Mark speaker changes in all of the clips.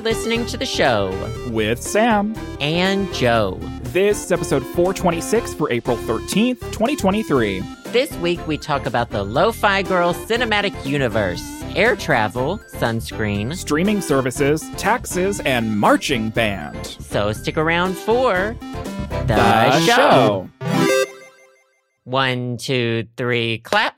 Speaker 1: listening to the show
Speaker 2: with Sam.
Speaker 1: and Joe.
Speaker 2: This is episode 426 for April 13th, 2023.
Speaker 1: This week we talk about the Lo-Fi Girl cinematic universe, air travel, sunscreen.
Speaker 2: Streaming services, taxes, and marching band.
Speaker 1: So stick around for the, One, two, three, clap.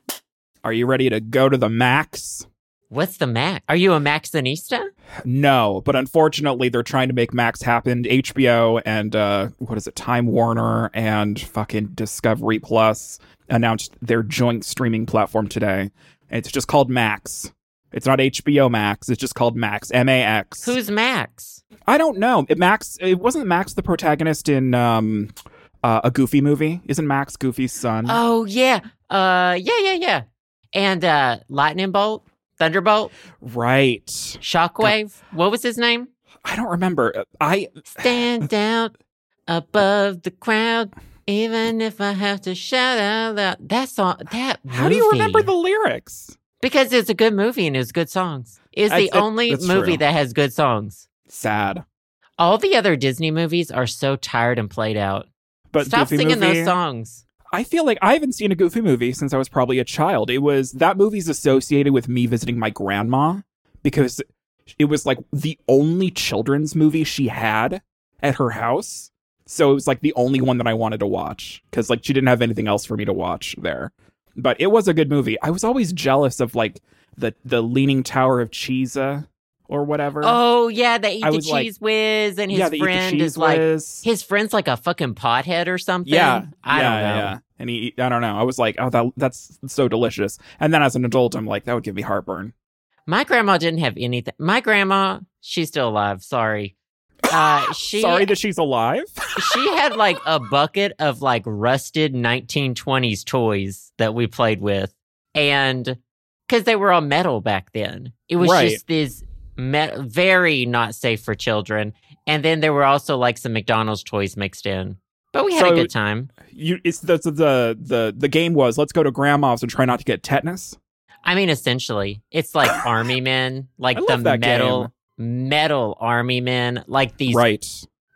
Speaker 2: Are you ready to go to the max?
Speaker 1: What's the Mac? Are you a Maxinista?
Speaker 2: No, but unfortunately, they're trying to make Max happen. HBO and uh, what is it, Time Warner and fucking Discovery Plus announced their joint streaming platform today. It's just called Max. It's not HBO Max. It's just called Max. M A X.
Speaker 1: Who's Max?
Speaker 2: I don't know. It, Max. It wasn't Max the protagonist in um, uh, a Goofy movie. Isn't Max Goofy's son?
Speaker 1: Oh yeah. Uh yeah, yeah, yeah. And uh Lightning Bolt, Thunderbolt,
Speaker 2: right.
Speaker 1: Shockwave. What was his name?
Speaker 2: I don't remember. I
Speaker 1: Stand out above the crowd, even if I have to shout out loud. That song, that
Speaker 2: how do you
Speaker 1: movie-
Speaker 2: remember the lyrics?
Speaker 1: Because it's a good movie and it's good songs. It's
Speaker 2: I-
Speaker 1: the
Speaker 2: I-
Speaker 1: only
Speaker 2: that's
Speaker 1: movie
Speaker 2: true.
Speaker 1: that has good songs.
Speaker 2: Sad.
Speaker 1: All the other Disney movies are so tired and played out.
Speaker 2: But
Speaker 1: Stop
Speaker 2: Goofy
Speaker 1: singing
Speaker 2: movie,
Speaker 1: those songs.
Speaker 2: I feel like I haven't seen a Goofy movie since I was probably a child. It was that movie's associated with me visiting my grandma because it was like the only children's movie she had at her house. So it was like the only one that I wanted to watch because like she didn't have anything else for me to watch there. But it was a good movie. I was always jealous of like the the Leaning Tower of Cheesa or whatever.
Speaker 1: Oh yeah, they eat
Speaker 2: I
Speaker 1: the
Speaker 2: was like-
Speaker 1: cheese whiz, and his
Speaker 2: yeah, they eat the
Speaker 1: friend
Speaker 2: cheese
Speaker 1: is like
Speaker 2: whiz.
Speaker 1: his friend's like a fucking pothead or something.
Speaker 2: Yeah,
Speaker 1: I
Speaker 2: yeah,
Speaker 1: don't know.
Speaker 2: yeah. And he, I don't know. I was like, oh, that that's so delicious. And then as an adult, I'm like, that would give me heartburn.
Speaker 1: My grandma didn't have anything. My grandma, she's still alive. Sorry. Uh, she
Speaker 2: Sorry that she's alive.
Speaker 1: she had like a bucket of like rusted 1920s toys that we played with, and because they were all metal back then, it was
Speaker 2: Right.
Speaker 1: just this me- very not safe for children. And then there were also like some McDonald's toys mixed in, but we had
Speaker 2: So-
Speaker 1: a good time.
Speaker 2: You, it's the the the the game was let's go to grandma's and try not to get tetanus.
Speaker 1: I mean, essentially, it's like army men, like
Speaker 2: I
Speaker 1: the
Speaker 2: love that
Speaker 1: metal metal army men, like these
Speaker 2: right.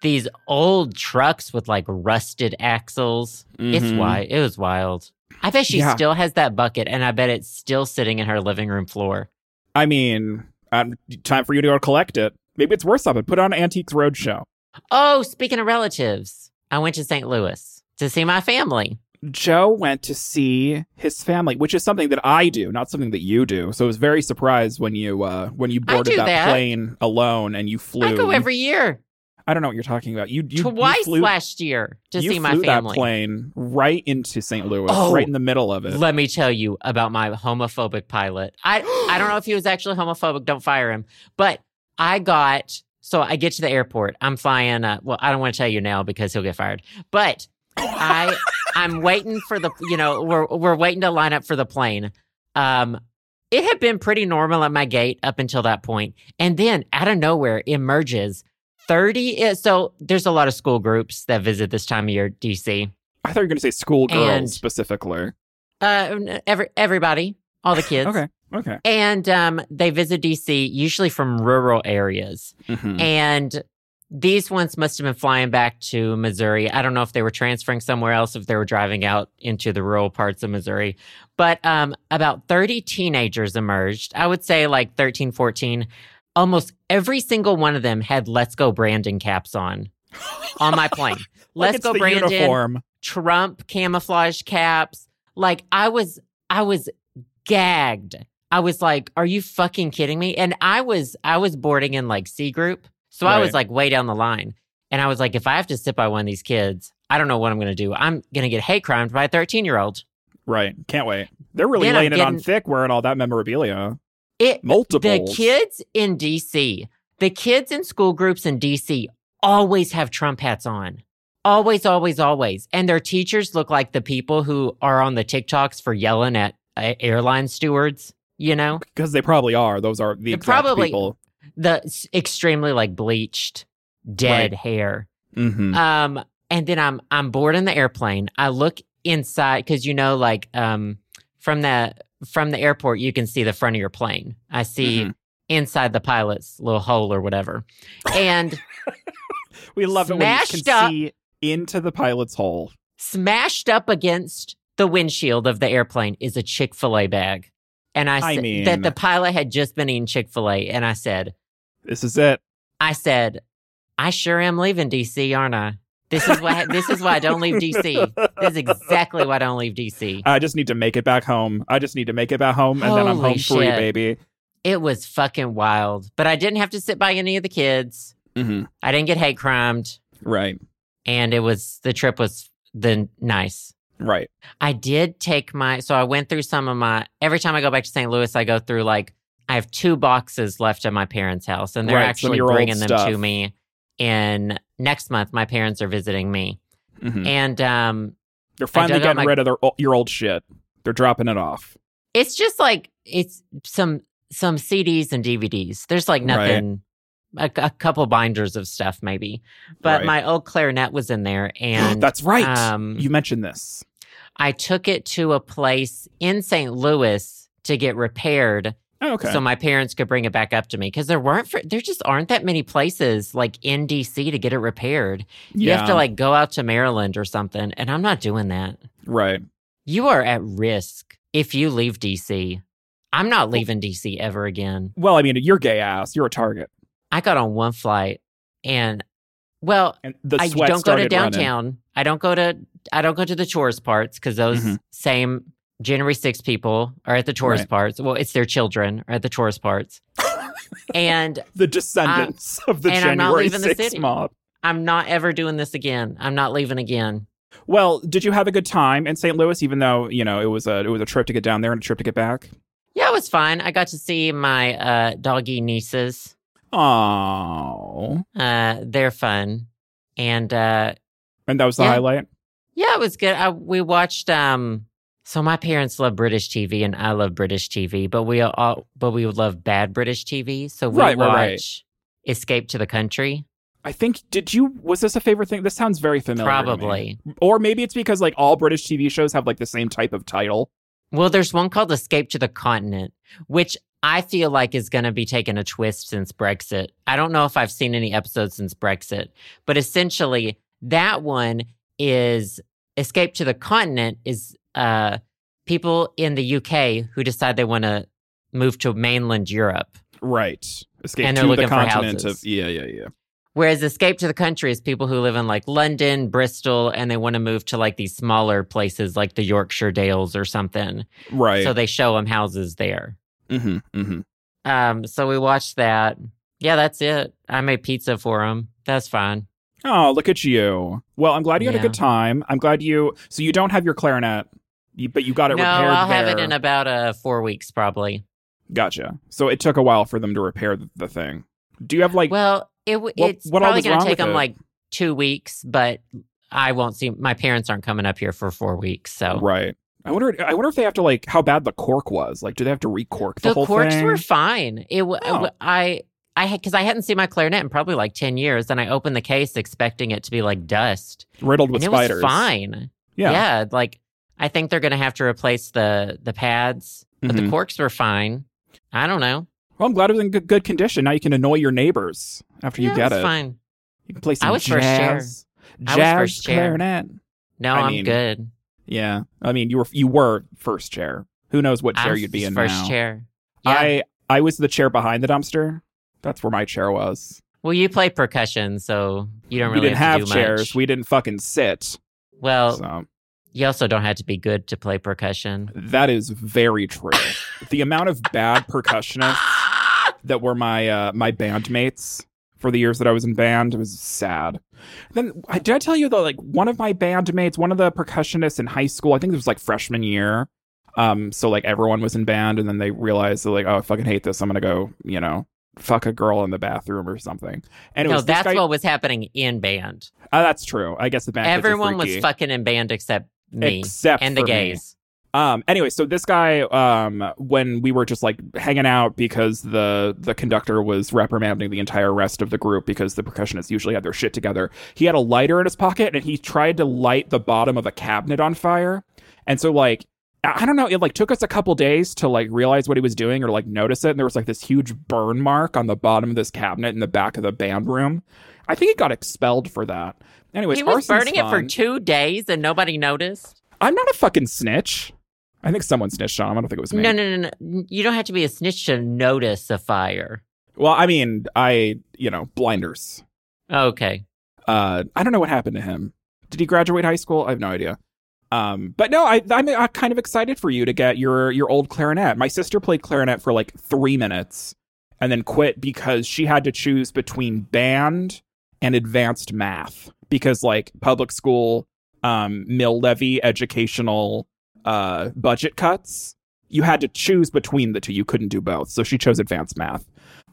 Speaker 1: these old trucks with like rusted axles. It's
Speaker 2: Mhm.
Speaker 1: wild. It was wild. I bet she
Speaker 2: Yeah.
Speaker 1: still has that bucket, and I bet it's still sitting in her living room floor.
Speaker 2: I mean, um, time for you to go collect it. Maybe it's worth something. Put it on Antiques Roadshow.
Speaker 1: Oh, speaking of relatives, I went to St. Louis to see my family.
Speaker 2: Joe went to see his family, which is something that I do, not something that you do. So I was very surprised when you uh, when you
Speaker 1: I
Speaker 2: boarded
Speaker 1: do
Speaker 2: that,
Speaker 1: that.
Speaker 2: plane alone and you flew.
Speaker 1: I go
Speaker 2: You
Speaker 1: every year,
Speaker 2: I don't know what you're talking about. You, you
Speaker 1: twice
Speaker 2: you flew,
Speaker 1: last year to
Speaker 2: you
Speaker 1: see my
Speaker 2: flew
Speaker 1: family.
Speaker 2: That plane right into St. Louis,
Speaker 1: Oh.
Speaker 2: right in the middle of it.
Speaker 1: Let me tell you about my homophobic pilot. I I don't know if he was actually homophobic. Don't fire him. But I got so I get to the airport. I'm flying. Uh, well, I don't want to tell you now because he'll get fired. But I I'm waiting for the you know we're we're waiting to line up for the plane. Um, it had been pretty normal at my gate up until that point, and then out of nowhere emerges. 30 is- so there's a lot of school groups that visit this time of year DC.
Speaker 2: I thought you were going to say schoolgirls
Speaker 1: And-
Speaker 2: specifically.
Speaker 1: Uh every everybody, all the kids.
Speaker 2: Okay. Okay.
Speaker 1: And um, they visit DC usually from rural areas.
Speaker 2: Mhm.
Speaker 1: And these ones must have been flying back to Missouri. I don't know if they were transferring somewhere else, if they were driving out into the rural parts of Missouri. But um, about 30 teenagers emerged. I would say like 13, 14. Almost every single one of them had Let's Go Brandon caps on on my plane.
Speaker 2: Like
Speaker 1: Let's
Speaker 2: it's
Speaker 1: Go
Speaker 2: the
Speaker 1: Brandon.
Speaker 2: Uniform.
Speaker 1: Trump camouflage caps. Like I was I was gagged. I was like, are you fucking kidding me? And I was I was boarding in like C group. So I was
Speaker 2: Right.
Speaker 1: like way down the line. And I was like, if I have to sit by one of these kids, I don't know what I'm gonna do. I'm gonna get hate crimed by a 13 year old.
Speaker 2: Right. Can't wait. They're really
Speaker 1: Then I'm
Speaker 2: laying it on
Speaker 1: getting-
Speaker 2: thick wearing all that memorabilia.
Speaker 1: It
Speaker 2: Multiple.
Speaker 1: the kids in DC, the kids in school groups in DC always have Trump hats on. Always, always, always. And their teachers look like the people who are on the TikToks for yelling at uh, airline stewards, you know?
Speaker 2: Because they probably are. Those are the
Speaker 1: It
Speaker 2: exact
Speaker 1: probably-
Speaker 2: people.
Speaker 1: The s- extremely like bleached, dead hair.
Speaker 2: hmm
Speaker 1: Um, and then I'm I'm boarding the airplane. I look inside because you know, like um, from the from the airport, you can see the front of your plane. I see
Speaker 2: Mhm.
Speaker 1: inside the pilot's little hole or whatever. And
Speaker 2: We love it when you
Speaker 1: Smashed
Speaker 2: can
Speaker 1: up.
Speaker 2: see into the pilot's hole.
Speaker 1: smashed up against the windshield of the airplane is a Chick fil A bag. And I,
Speaker 2: I
Speaker 1: said
Speaker 2: mean-
Speaker 1: that the pilot had just been eating Chick fil A. And I said,
Speaker 2: This is it.
Speaker 1: I said, I sure am leaving DC, aren't I? This is why this is why I don't leave DC. This is exactly why I don't leave DC.
Speaker 2: I just need to make it back home. I just need to make it back home, and then I'm
Speaker 1: Holy
Speaker 2: home free,
Speaker 1: shit.
Speaker 2: baby.
Speaker 1: It was fucking wild. But I didn't have to sit by any of the kids.
Speaker 2: Mm-hmm.
Speaker 1: I didn't get hate crimed.
Speaker 2: Right,
Speaker 1: And it was the trip was the nice.
Speaker 2: right.
Speaker 1: I did take my so I went through some of my every time I go back to St. Louis, I go through like I have two boxes left at my parents' house, and they're
Speaker 2: Right, some of
Speaker 1: actually
Speaker 2: your old
Speaker 1: bringing them
Speaker 2: stuff.
Speaker 1: to me. In next month, my parents are visiting me,
Speaker 2: Mhm.
Speaker 1: and um,
Speaker 2: They're finally
Speaker 1: dug out
Speaker 2: getting
Speaker 1: my-
Speaker 2: rid of their o- your old shit. They're dropping it off.
Speaker 1: it's just like it's some some CDs and DVDs. There's like
Speaker 2: Right.
Speaker 1: nothing, a, a couple binders of stuff maybe, but
Speaker 2: Right.
Speaker 1: my old clarinet was in there, and
Speaker 2: That's right.
Speaker 1: um,
Speaker 2: you mentioned this.
Speaker 1: I took it to a place in St. Louis to get repaired.
Speaker 2: Oh, okay.
Speaker 1: so my parents could bring it back up to me because there weren't for, there just aren't that many places like in DC to get it repaired. You have to like go out to Maryland or something, and I'm not doing that.
Speaker 2: right.
Speaker 1: You are at risk if you leave DC. I'm not leaving DC ever again.
Speaker 2: Well, I mean, you're gay ass. You're a target.
Speaker 1: I got on one flight, and well,
Speaker 2: And the
Speaker 1: I
Speaker 2: sweat
Speaker 1: don't go to
Speaker 2: started running.
Speaker 1: downtown. I don't go to I don't go to the chores parts because those
Speaker 2: Mhm.
Speaker 1: same January 6 people are at the chores
Speaker 2: Right.
Speaker 1: parts. Well, it's their children are at the chores parts, and
Speaker 2: The descendants of the
Speaker 1: Uh, and I'm not
Speaker 2: January
Speaker 1: leaving the
Speaker 2: 6th
Speaker 1: city.
Speaker 2: mob.
Speaker 1: I'm not ever doing this again. I'm not leaving again.
Speaker 2: Well, did you have a good time in St. Louis? Even though you know it was a it was a trip to get down there and a trip to get back.
Speaker 1: Yeah, it was fine. I got to see my uh, doggy nieces.
Speaker 2: Oh,
Speaker 1: Uh, they're fun, and uh,
Speaker 2: and that was the
Speaker 1: Yeah.
Speaker 2: highlight.
Speaker 1: yeah, it was good. I, we watched. Um, so my parents love British TV, and I love British TV, but we all but we love bad British TV. So we
Speaker 2: Right,
Speaker 1: watch
Speaker 2: right, right.
Speaker 1: Escape to the Country,
Speaker 2: I think did you was this a favorite thing? This sounds very familiar. to me.
Speaker 1: probably.
Speaker 2: or maybe it's because like all British TV shows have like the same type of title.
Speaker 1: Well, there's one called Escape to the Continent, which I feel like is going to be taking a twist since Brexit. I don't know if I've seen any episodes since Brexit, but essentially that one is Escape to the Continent is uh, people in the UK who decide they want to move to mainland Europe,
Speaker 2: Right. Escape
Speaker 1: And they're
Speaker 2: to the
Speaker 1: looking for
Speaker 2: continent
Speaker 1: houses.
Speaker 2: of yeah, yeah, yeah.
Speaker 1: whereas Escape to the Country is people who live in like London, Bristol, and they want to move to like these smaller places like the Yorkshire Dales or something.
Speaker 2: Right.
Speaker 1: So they show them houses there.
Speaker 2: mm-hmm, mm-hmm.
Speaker 1: Um, so we watched that. Yeah, that's it. I made pizza for him. That's fine.
Speaker 2: Oh, look at you. Well, I'm glad you had
Speaker 1: Yeah.
Speaker 2: a good time. I'm glad you. So you don't have your clarinet, you- but you got it
Speaker 1: No,
Speaker 2: repaired.
Speaker 1: I'll have it
Speaker 2: there.
Speaker 1: in about uh four weeks probably.
Speaker 2: Gotcha. So it took a while for them to repair th- the thing. Do you have like?
Speaker 1: Well, it w
Speaker 2: What-
Speaker 1: it's
Speaker 2: what all
Speaker 1: probably
Speaker 2: was
Speaker 1: going
Speaker 2: wrong
Speaker 1: to take
Speaker 2: with
Speaker 1: him
Speaker 2: it?
Speaker 1: like two weeks, but I won't see. My parents aren't coming up here for four weeks, so
Speaker 2: Right. I wonder. I wonder if they have to like how bad the cork was. Like, do they have to recork the,
Speaker 1: the,
Speaker 2: whole
Speaker 1: corks
Speaker 2: thing?
Speaker 1: were fine. It w-
Speaker 2: Oh.
Speaker 1: I I had because I hadn't seen my clarinet in probably like ten years, and I opened the case expecting it to be like dust,
Speaker 2: riddled with
Speaker 1: and it
Speaker 2: spiders.
Speaker 1: was fine.
Speaker 2: Yeah.
Speaker 1: yeah, like I think they're going to have to replace the the pads. but the
Speaker 2: Mhm.
Speaker 1: corks were fine. I don't know.
Speaker 2: Well, I'm glad it was in good, good condition. Now you can annoy your neighbors after you
Speaker 1: Yeah,
Speaker 2: get
Speaker 1: it's
Speaker 2: it.
Speaker 1: fine.
Speaker 2: You can play some
Speaker 1: I was
Speaker 2: jazz.
Speaker 1: first chair.
Speaker 2: Jazz
Speaker 1: I was first chair.
Speaker 2: clarinet.
Speaker 1: No,
Speaker 2: I
Speaker 1: I am
Speaker 2: mean,
Speaker 1: good.
Speaker 2: Yeah. I mean, you were you were first chair. Who knows what chair
Speaker 1: I'm
Speaker 2: you'd be in
Speaker 1: first
Speaker 2: now?
Speaker 1: chair. Yeah.
Speaker 2: I I was the chair behind the dumpster. That's where my chair was.
Speaker 1: well, you play percussion, so you don't
Speaker 2: we
Speaker 1: really
Speaker 2: didn't
Speaker 1: have,
Speaker 2: have,
Speaker 1: to do
Speaker 2: chairs.
Speaker 1: much. Oh.
Speaker 2: We didn't fucking sit.
Speaker 1: well,
Speaker 2: So
Speaker 1: you also don't have to be good to play percussion.
Speaker 2: that is very true. the amount of bad percussionists that were my uh, my bandmates for the years that I was in band. It was sad. Then I did I tell you though, like one of my bandmates, one of the percussionists in high school, I think it was like freshman year. Um, so like everyone was in band, and then they realized that like, oh, I fucking hate this. I'm gonna go, you know, fuck a girl in the bathroom or something. And it
Speaker 1: no,
Speaker 2: was this
Speaker 1: that's
Speaker 2: guy-
Speaker 1: what was happening in band.
Speaker 2: Ah, that's true. I guess the band kids are
Speaker 1: Everyone was
Speaker 2: freaky.
Speaker 1: fucking in band except me
Speaker 2: except
Speaker 1: and the
Speaker 2: for me.
Speaker 1: gays.
Speaker 2: Um. Anyway, so this guy, um, when we were just like hanging out because the the conductor was reprimanding the entire rest of the group because the percussionists usually had their shit together. He had a lighter in his pocket and he tried to light the bottom of a cabinet on fire, and so like I I don't know. It like took us a couple days to like realize what he was doing or like notice it. And there was like this huge burn mark on the bottom of this cabinet in the back of the band room. I think he got expelled for that. Anyways,
Speaker 1: he was
Speaker 2: arson's
Speaker 1: burning it for
Speaker 2: fun.
Speaker 1: two days and nobody noticed.
Speaker 2: I'm not a fucking snitch. I think someone snitched on him. I don't think it was me.
Speaker 1: No, no, no, no. You don't have to be a snitch to notice a fire.
Speaker 2: Well, I mean, I you know blinders.
Speaker 1: Okay.
Speaker 2: Uh, I don't know what happened to him. Did he graduate high school? I have no idea. Um, but no, I, I'm uh, kind of excited for you to get your your old clarinet. My sister played clarinet for like three minutes and then quit because she had to choose between band and advanced math because like public school um, mill levy educational uh, budget cuts. You had to choose between the two. You couldn't do both, so she chose advanced math,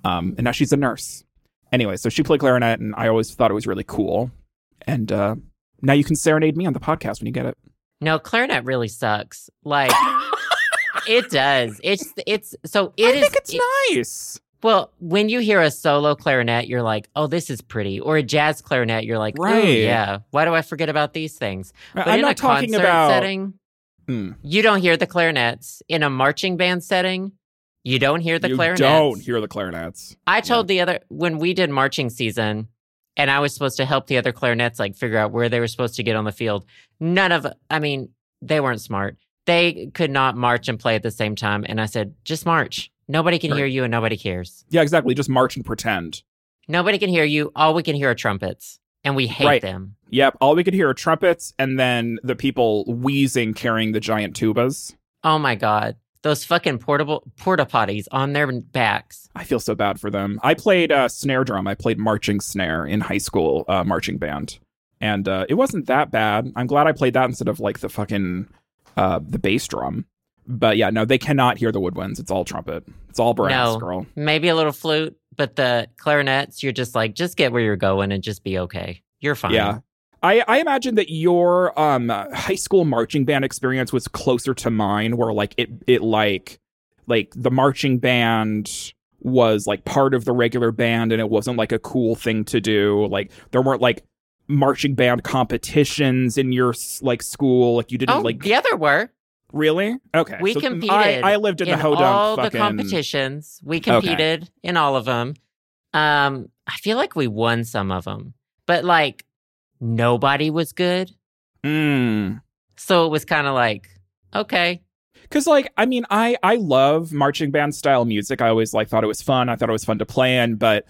Speaker 2: um, and now she's a nurse anyway, so she played clarinet, and I always thought it was really cool. And uh, now you can serenade me on the podcast when you get it.
Speaker 1: No, clarinet really sucks. Like it does. It's it's so it
Speaker 2: I
Speaker 1: is.
Speaker 2: think it's
Speaker 1: it-
Speaker 2: nice.
Speaker 1: Well, when you hear a solo clarinet, you're like, "Oh, this is pretty," or a jazz clarinet, you're like, "Oh,
Speaker 2: Right.
Speaker 1: yeah." Why do I forget about these things? But
Speaker 2: I'm
Speaker 1: in
Speaker 2: not
Speaker 1: a
Speaker 2: talking
Speaker 1: concert
Speaker 2: about.
Speaker 1: setting,
Speaker 2: Mm.
Speaker 1: you don't hear the clarinets. In a marching band setting, you don't hear the
Speaker 2: you
Speaker 1: clarinets.
Speaker 2: don't hear the clarinets.
Speaker 1: I told the other when we did marching season and I was supposed to help the other clarinets like figure out where they were supposed to get on the field. None of I mean, they weren't smart. They could not march and play at the same time and I said, "Just march. Nobody can
Speaker 2: Right.
Speaker 1: hear you and nobody cares.
Speaker 2: Yeah, exactly. Just march and pretend.
Speaker 1: Nobody can hear you. All we can hear are trumpets and we hate
Speaker 2: Right.
Speaker 1: them."
Speaker 2: Yep. All we could hear are trumpets, and then the people wheezing carrying the giant tubas.
Speaker 1: Oh my god. Those fucking portable porta potties on their backs.
Speaker 2: I feel so bad for them. I played uh, snare drum. I played marching snare in high school uh, marching band, and uh, it wasn't that bad. I'm glad I played that instead of like the fucking uh, the bass drum. But yeah, no, they cannot hear the woodwinds. It's all trumpet. It's all brass,
Speaker 1: No.
Speaker 2: girl.
Speaker 1: Maybe a little flute, but the clarinets, you're just like, just get where you're going and just be okay. You're fine.
Speaker 2: Yeah. I, I imagine that your um high school marching band experience was closer to mine where like it it like like the marching band was like part of the regular band and it wasn't like a cool thing to do like there weren't like marching band competitions in your s- like school like you didn't
Speaker 1: Oh,
Speaker 2: like
Speaker 1: the other were.
Speaker 2: really okay
Speaker 1: We
Speaker 2: so I-
Speaker 1: competed
Speaker 2: I, lived in, the hodunk
Speaker 1: all the
Speaker 2: fucking
Speaker 1: competitions. We competed in all of them. Um, I feel like we won some of them, but like nobody was good,
Speaker 2: Mm.
Speaker 1: so it was kind of like okay,
Speaker 2: Cause like I mean I I love marching band style music. I always like thought it was fun. I thought it was fun to play in, but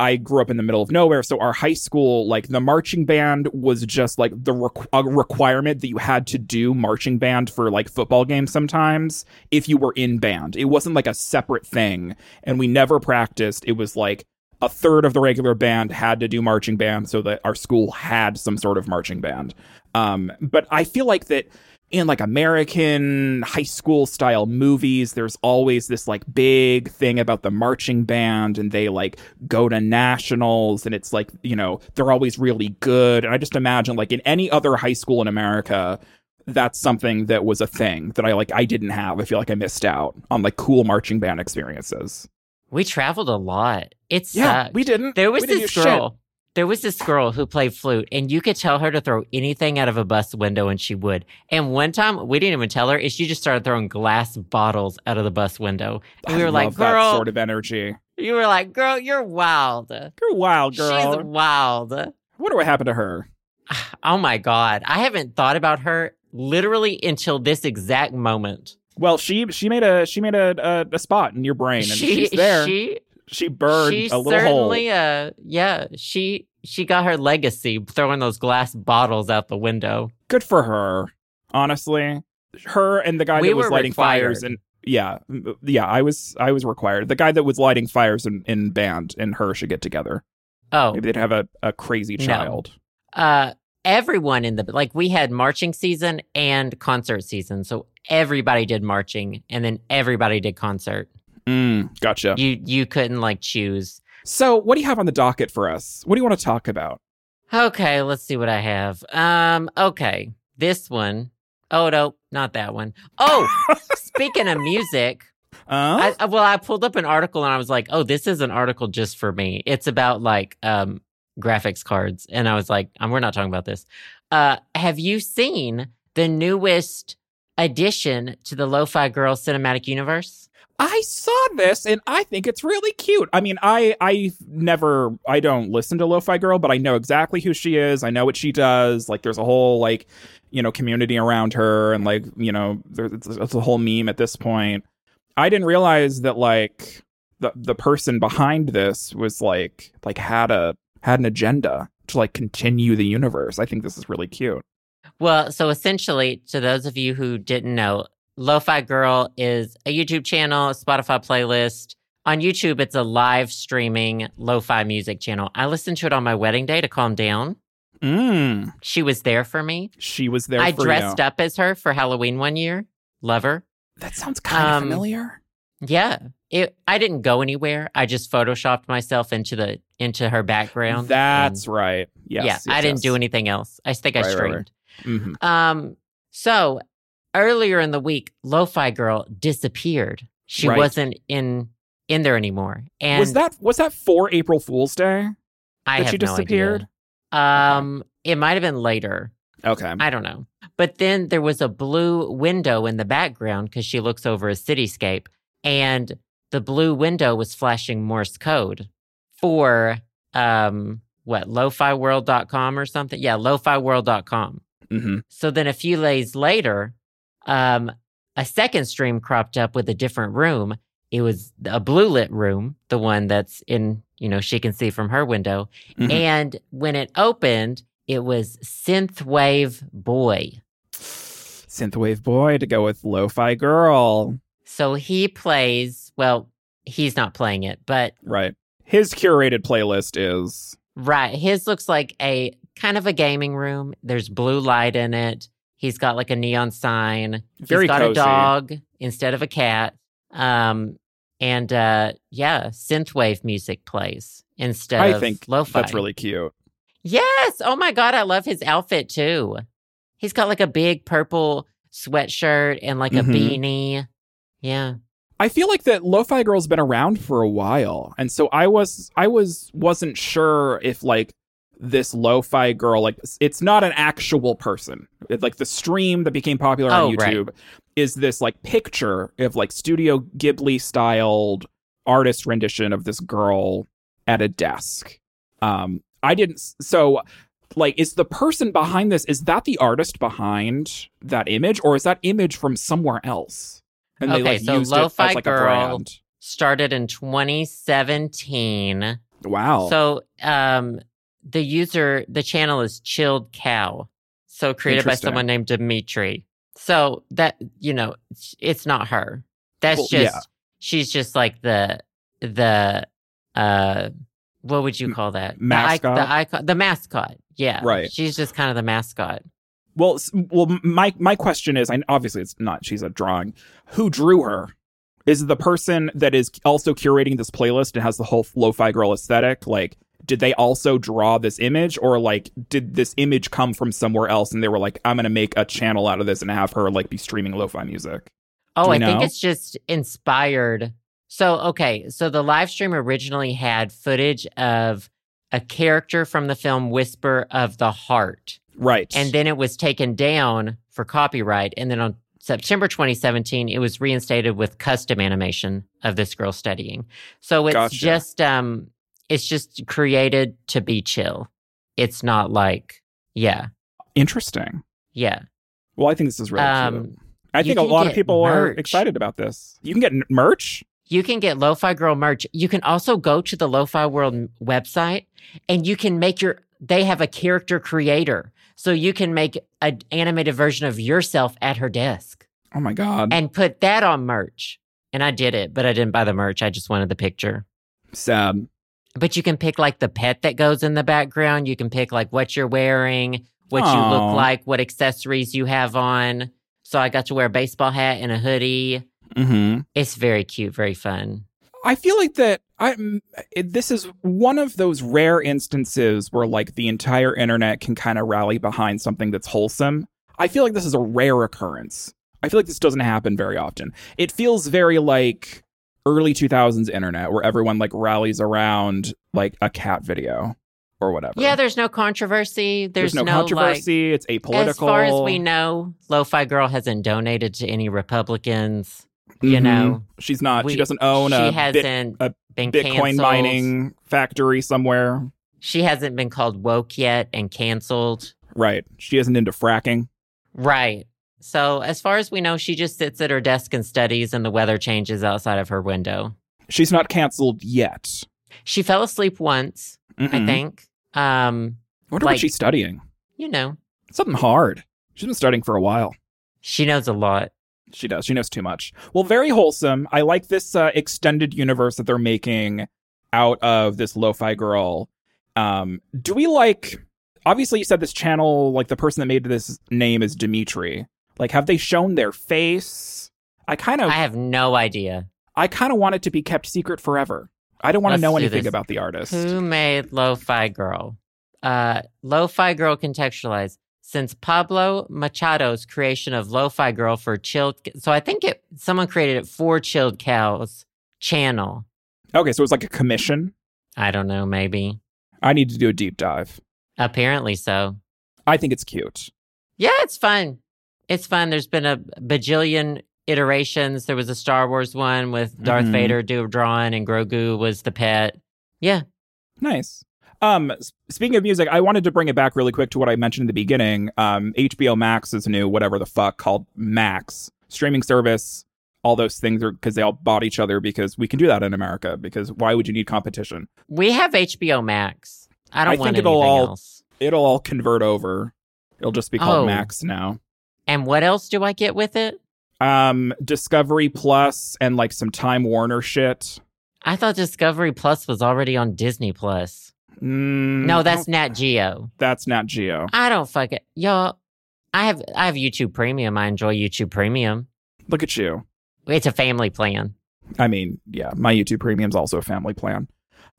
Speaker 2: I grew up in the middle of nowhere, so our high school like the marching band was just like the requ- a requirement that you had to do marching band for like football games sometimes if you were in band. It wasn't like a separate thing, and we never practiced. It was like a third of the regular band had to do marching band, so that our school had some sort of marching band. Um, but I feel like that in like American high school style movies, there's always this like big thing about the marching band and they like go to nationals and it's like, you know, they're always really good. And I just imagine like in any other high school in America, that's something that was a thing that I like I didn't have. I feel like I missed out on like cool marching band experiences.
Speaker 1: we traveled a lot. It sucked.
Speaker 2: Yeah, we didn't.
Speaker 1: there was
Speaker 2: we didn't
Speaker 1: this
Speaker 2: do shit.
Speaker 1: girl. There was this girl who played flute, and you could tell her to throw anything out of a bus window, and she would. And one time, we didn't even tell her, and she just started throwing glass bottles out of the bus window. And we
Speaker 2: I
Speaker 1: were like,
Speaker 2: love that
Speaker 1: "Girl,
Speaker 2: sort of energy.
Speaker 1: you were like, girl, you're wild."
Speaker 2: You're wild, girl.
Speaker 1: She's wild.
Speaker 2: I wonder what happened to her.
Speaker 1: Oh my God. I haven't thought about her literally until this exact moment.
Speaker 2: Well, she she made a she made a a, a spot in your brain, and
Speaker 1: she,
Speaker 2: she's there. She,
Speaker 1: She,
Speaker 2: burned
Speaker 1: she
Speaker 2: a little hole.
Speaker 1: certainly, uh, yeah, she, she got her legacy throwing those glass bottles out the window.
Speaker 2: Good for her, honestly. Her and the guy
Speaker 1: We
Speaker 2: that was
Speaker 1: were
Speaker 2: lighting fires,
Speaker 1: required.
Speaker 2: and yeah, m- yeah, I was I was required. The guy that was lighting fires in, in band and her should get together.
Speaker 1: Oh,
Speaker 2: Maybe they'd have a, a crazy
Speaker 1: No.
Speaker 2: child.
Speaker 1: uh, everyone in the, like, we had marching season and concert season. So everybody did marching and then everybody did concert.
Speaker 2: Mm, gotcha.
Speaker 1: You, you couldn't like choose.
Speaker 2: So, what do you have on the docket for us? What do you want to talk about?
Speaker 1: Okay, let's see what I have. Um, okay. This one. Oh no, not that one. Oh, speaking of music,
Speaker 2: Uh,
Speaker 1: I, I- well, I pulled up an article and I was like, "Oh, this is an article just for me." It's about like um graphics cards, and I was like, um, "We're not talking about this." Uh, have you seen the newest addition to the Lo-Fi Girl cinematic universe.
Speaker 2: I saw this and I think it's really cute. I mean, I I never I don't listen to Lo-Fi Girl, but I know exactly who she is. I know what she does. Like there's a whole like, you know, community around her and like, you know, there's it's, it's a whole meme at this point. I didn't realize that like the the person behind this was like like had a had an agenda to like continue the universe. I think this is really cute.
Speaker 1: Well, so essentially, to those of you who didn't know, Lo-Fi Girl is a YouTube channel, a Spotify playlist. On YouTube, it's a live streaming lo-fi music channel. I listened to it on my wedding day to calm down.
Speaker 2: Mm.
Speaker 1: She was there for me.
Speaker 2: She was there.
Speaker 1: I
Speaker 2: for
Speaker 1: dressed
Speaker 2: you.
Speaker 1: up as her for Halloween one year. Love her.
Speaker 2: That sounds kind
Speaker 1: Um,
Speaker 2: of familiar.
Speaker 1: Yeah. It, I didn't go anywhere. I just photoshopped myself into the into her background.
Speaker 2: That's
Speaker 1: and-
Speaker 2: right. Yes, yes,
Speaker 1: yeah. I didn't do
Speaker 2: yes.
Speaker 1: anything else. I think
Speaker 2: Right,
Speaker 1: I
Speaker 2: right, right.
Speaker 1: streamed.
Speaker 2: Mhm.
Speaker 1: Um, so earlier in the week, Lo-Fi Girl disappeared. She
Speaker 2: Right.
Speaker 1: wasn't in in there anymore. And
Speaker 2: was that was that for April Fool's Day
Speaker 1: I
Speaker 2: that
Speaker 1: have
Speaker 2: she
Speaker 1: no idea.
Speaker 2: disappeared?
Speaker 1: Um, it might have been later.
Speaker 2: Okay.
Speaker 1: I don't know. But then there was a blue window in the background because she looks over a cityscape, and the blue window was flashing Morse code for um what lofiworld.com or something. Yeah, lofiworld.com.
Speaker 2: hmm
Speaker 1: So then a few days later, um, a second stream cropped up with a different room. It was a blue lit room, the one that's in, you know, she can see from her window.
Speaker 2: Mhm.
Speaker 1: And when it opened, it was Synthwave Boy.
Speaker 2: Synthwave boy to go with lo-fi girl.
Speaker 1: So he plays, well, he's not playing it, but
Speaker 2: Right. His curated playlist is
Speaker 1: right, his looks like a kind of a gaming room. There's blue light in it. He's got like a neon sign.
Speaker 2: very
Speaker 1: he's got
Speaker 2: cozy.
Speaker 1: a dog instead of a cat. Um, and uh, yeah, synthwave music plays instead
Speaker 2: I
Speaker 1: of
Speaker 2: think
Speaker 1: lo-fi.
Speaker 2: that's really cute.
Speaker 1: yes. Oh my god, I love his outfit too. He's got like a big purple sweatshirt and like
Speaker 2: Mhm.
Speaker 1: a beanie. Yeah,
Speaker 2: I feel like that Lo-Fi Girl's been around for a while, and so I was I was wasn't sure if like this Lo-Fi Girl like it's not an actual person. It- like the stream that became popular on
Speaker 1: Oh, right.
Speaker 2: YouTube is this like picture of like Studio Ghibli styled artist rendition of this girl at a desk. Um, I didn't s- so like is the person behind this is that the artist behind that image or is that image from somewhere else? And
Speaker 1: Okay, so Lo-Fi Girl-
Speaker 2: brand.
Speaker 1: started in 2017.
Speaker 2: Wow.
Speaker 1: So um, the user, the channel is Chilled Cow. So created by
Speaker 2: Interesting.
Speaker 1: someone named Dimitri. So that you know, it's, it's not her. That's
Speaker 2: Well,
Speaker 1: just
Speaker 2: yeah.
Speaker 1: she's just like the the uh what would you call that
Speaker 2: mascot?
Speaker 1: The, ic- the icon, the mascot. Yeah,
Speaker 2: Right.
Speaker 1: She's just kind of the mascot.
Speaker 2: well, s- well, my my question is, I obviously it's not. She's a drawing. Who drew her? Is it the person that is also curating this playlist and has the whole lo-fi girl aesthetic? Like, did they also draw this image, or like, did this image come from somewhere else and they were like, I'm gonna make a channel out of this and have her like be streaming lo-fi music?
Speaker 1: Oh,
Speaker 2: Do we
Speaker 1: I think
Speaker 2: know?
Speaker 1: it's just inspired. So, okay. So the live stream originally had footage of a character from the film Whisper of the Heart.
Speaker 2: Right.
Speaker 1: And then it was taken down for copyright. And then on September 2017, it was reinstated with custom animation of this girl studying. So it's
Speaker 2: Gotcha.
Speaker 1: just um it's just created to be chill. It's not like yeah,
Speaker 2: interesting.
Speaker 1: yeah.
Speaker 2: Well, I think this is really
Speaker 1: um
Speaker 2: cute. I
Speaker 1: you
Speaker 2: think a
Speaker 1: can
Speaker 2: lot of
Speaker 1: get
Speaker 2: people are
Speaker 1: merch.
Speaker 2: excited about this. You can get n- merch.
Speaker 1: you can get Lo-Fi Girl merch. You can also go to the Lo-Fi World m- website and you can make your they have a character creator. So you can make an animated version of yourself at her desk.
Speaker 2: Oh my god.
Speaker 1: and put that on merch. And I did it, but I didn't buy the merch. I just wanted the picture.
Speaker 2: Sad.
Speaker 1: But you can pick like the pet that goes in the background. You can pick like what you're wearing, what you
Speaker 2: Aw.
Speaker 1: look like, what accessories you have on. So I got to wear a baseball hat and a hoodie.
Speaker 2: Mm-hmm.
Speaker 1: It's very cute, very fun.
Speaker 2: I feel like that I mm, it, this is one of those rare instances where like the entire internet can kind of rally behind something that's wholesome. I feel like this is a rare occurrence. I feel like this doesn't happen very often. It feels very like early 2000s internet where everyone like rallies around like a cat video or whatever.
Speaker 1: Yeah, there's no controversy. There's,
Speaker 2: There's, no, controversy. it's
Speaker 1: Like,
Speaker 2: apolitical.
Speaker 1: as far as we know, Lo-Fi Girl hasn't donated to any Republicans. you know,
Speaker 2: Mm-hmm. she's not.
Speaker 1: we-
Speaker 2: she doesn't own
Speaker 1: she
Speaker 2: a Bit-
Speaker 1: hasn't
Speaker 2: a
Speaker 1: been
Speaker 2: Bitcoin
Speaker 1: canceled.
Speaker 2: mining factory somewhere.
Speaker 1: She hasn't been called woke yet and canceled.
Speaker 2: Right. She isn't into fracking.
Speaker 1: Right. So as far as we know, she just sits at her desk and studies, and the weather changes outside of her window.
Speaker 2: She's not canceled yet.
Speaker 1: She fell asleep once, I
Speaker 2: Mhm.
Speaker 1: think. Um,
Speaker 2: Wonder
Speaker 1: like-
Speaker 2: what she's studying.
Speaker 1: you know,
Speaker 2: Something hard. She's been studying for a while.
Speaker 1: she knows a lot.
Speaker 2: She does. She knows too much. Well, very wholesome. I like this uh, extended universe that they're making out of this lo-fi girl. Um, do we like? Obviously, you said this channel, like the person that made this name is Dimitri. Like, have they shown their face? I kind of,
Speaker 1: I
Speaker 2: I,
Speaker 1: have no idea
Speaker 2: kind of want it to be kept secret forever. I don't want
Speaker 1: Let's
Speaker 2: to know
Speaker 1: do
Speaker 2: anything
Speaker 1: this.
Speaker 2: about the artist.
Speaker 1: who made Lo-Fi Girl. Uh, Lo-Fi Girl contextualized since Pablo Machado's creation of Lo-Fi Girl for Chilled. So I think it someone created it for Chilled Cow's channel.
Speaker 2: Okay, so it's like a commission.
Speaker 1: I don't know, maybe.
Speaker 2: I need to do a deep dive.
Speaker 1: Apparently so.
Speaker 2: I think it's cute.
Speaker 1: Yeah, it's fun. It's fun. There's been a bajillion iterations. There was a Star Wars one with Darth
Speaker 2: Mhm.
Speaker 1: Vader do drawing and Grogu was the pet. Yeah.
Speaker 2: Nice. Um, s- speaking of music, I wanted to bring it back really quick to what I mentioned in the beginning. Um, HBO Max is new, whatever the fuck, called Max streaming service. All those things are because they all bought each other because we can do that in America. Because why would you need competition?
Speaker 1: We have HBO Max. I don't
Speaker 2: I
Speaker 1: want
Speaker 2: think it'll
Speaker 1: anything
Speaker 2: all-
Speaker 1: else.
Speaker 2: It'll all convert over. It'll just be called
Speaker 1: Oh.
Speaker 2: Max now.
Speaker 1: And what else do I get with it?
Speaker 2: Um, Discovery Plus and like some Time Warner shit.
Speaker 1: I thought Discovery Plus was already on Disney Plus.
Speaker 2: Mm,
Speaker 1: No, that's
Speaker 2: no,
Speaker 1: Nat Geo.
Speaker 2: that's not Geo.
Speaker 1: I don't fuck it. Y'all, I have I have YouTube Premium. I enjoy YouTube Premium.
Speaker 2: Look at you.
Speaker 1: It's a family plan.
Speaker 2: I mean, yeah, my YouTube Premium's also a family plan.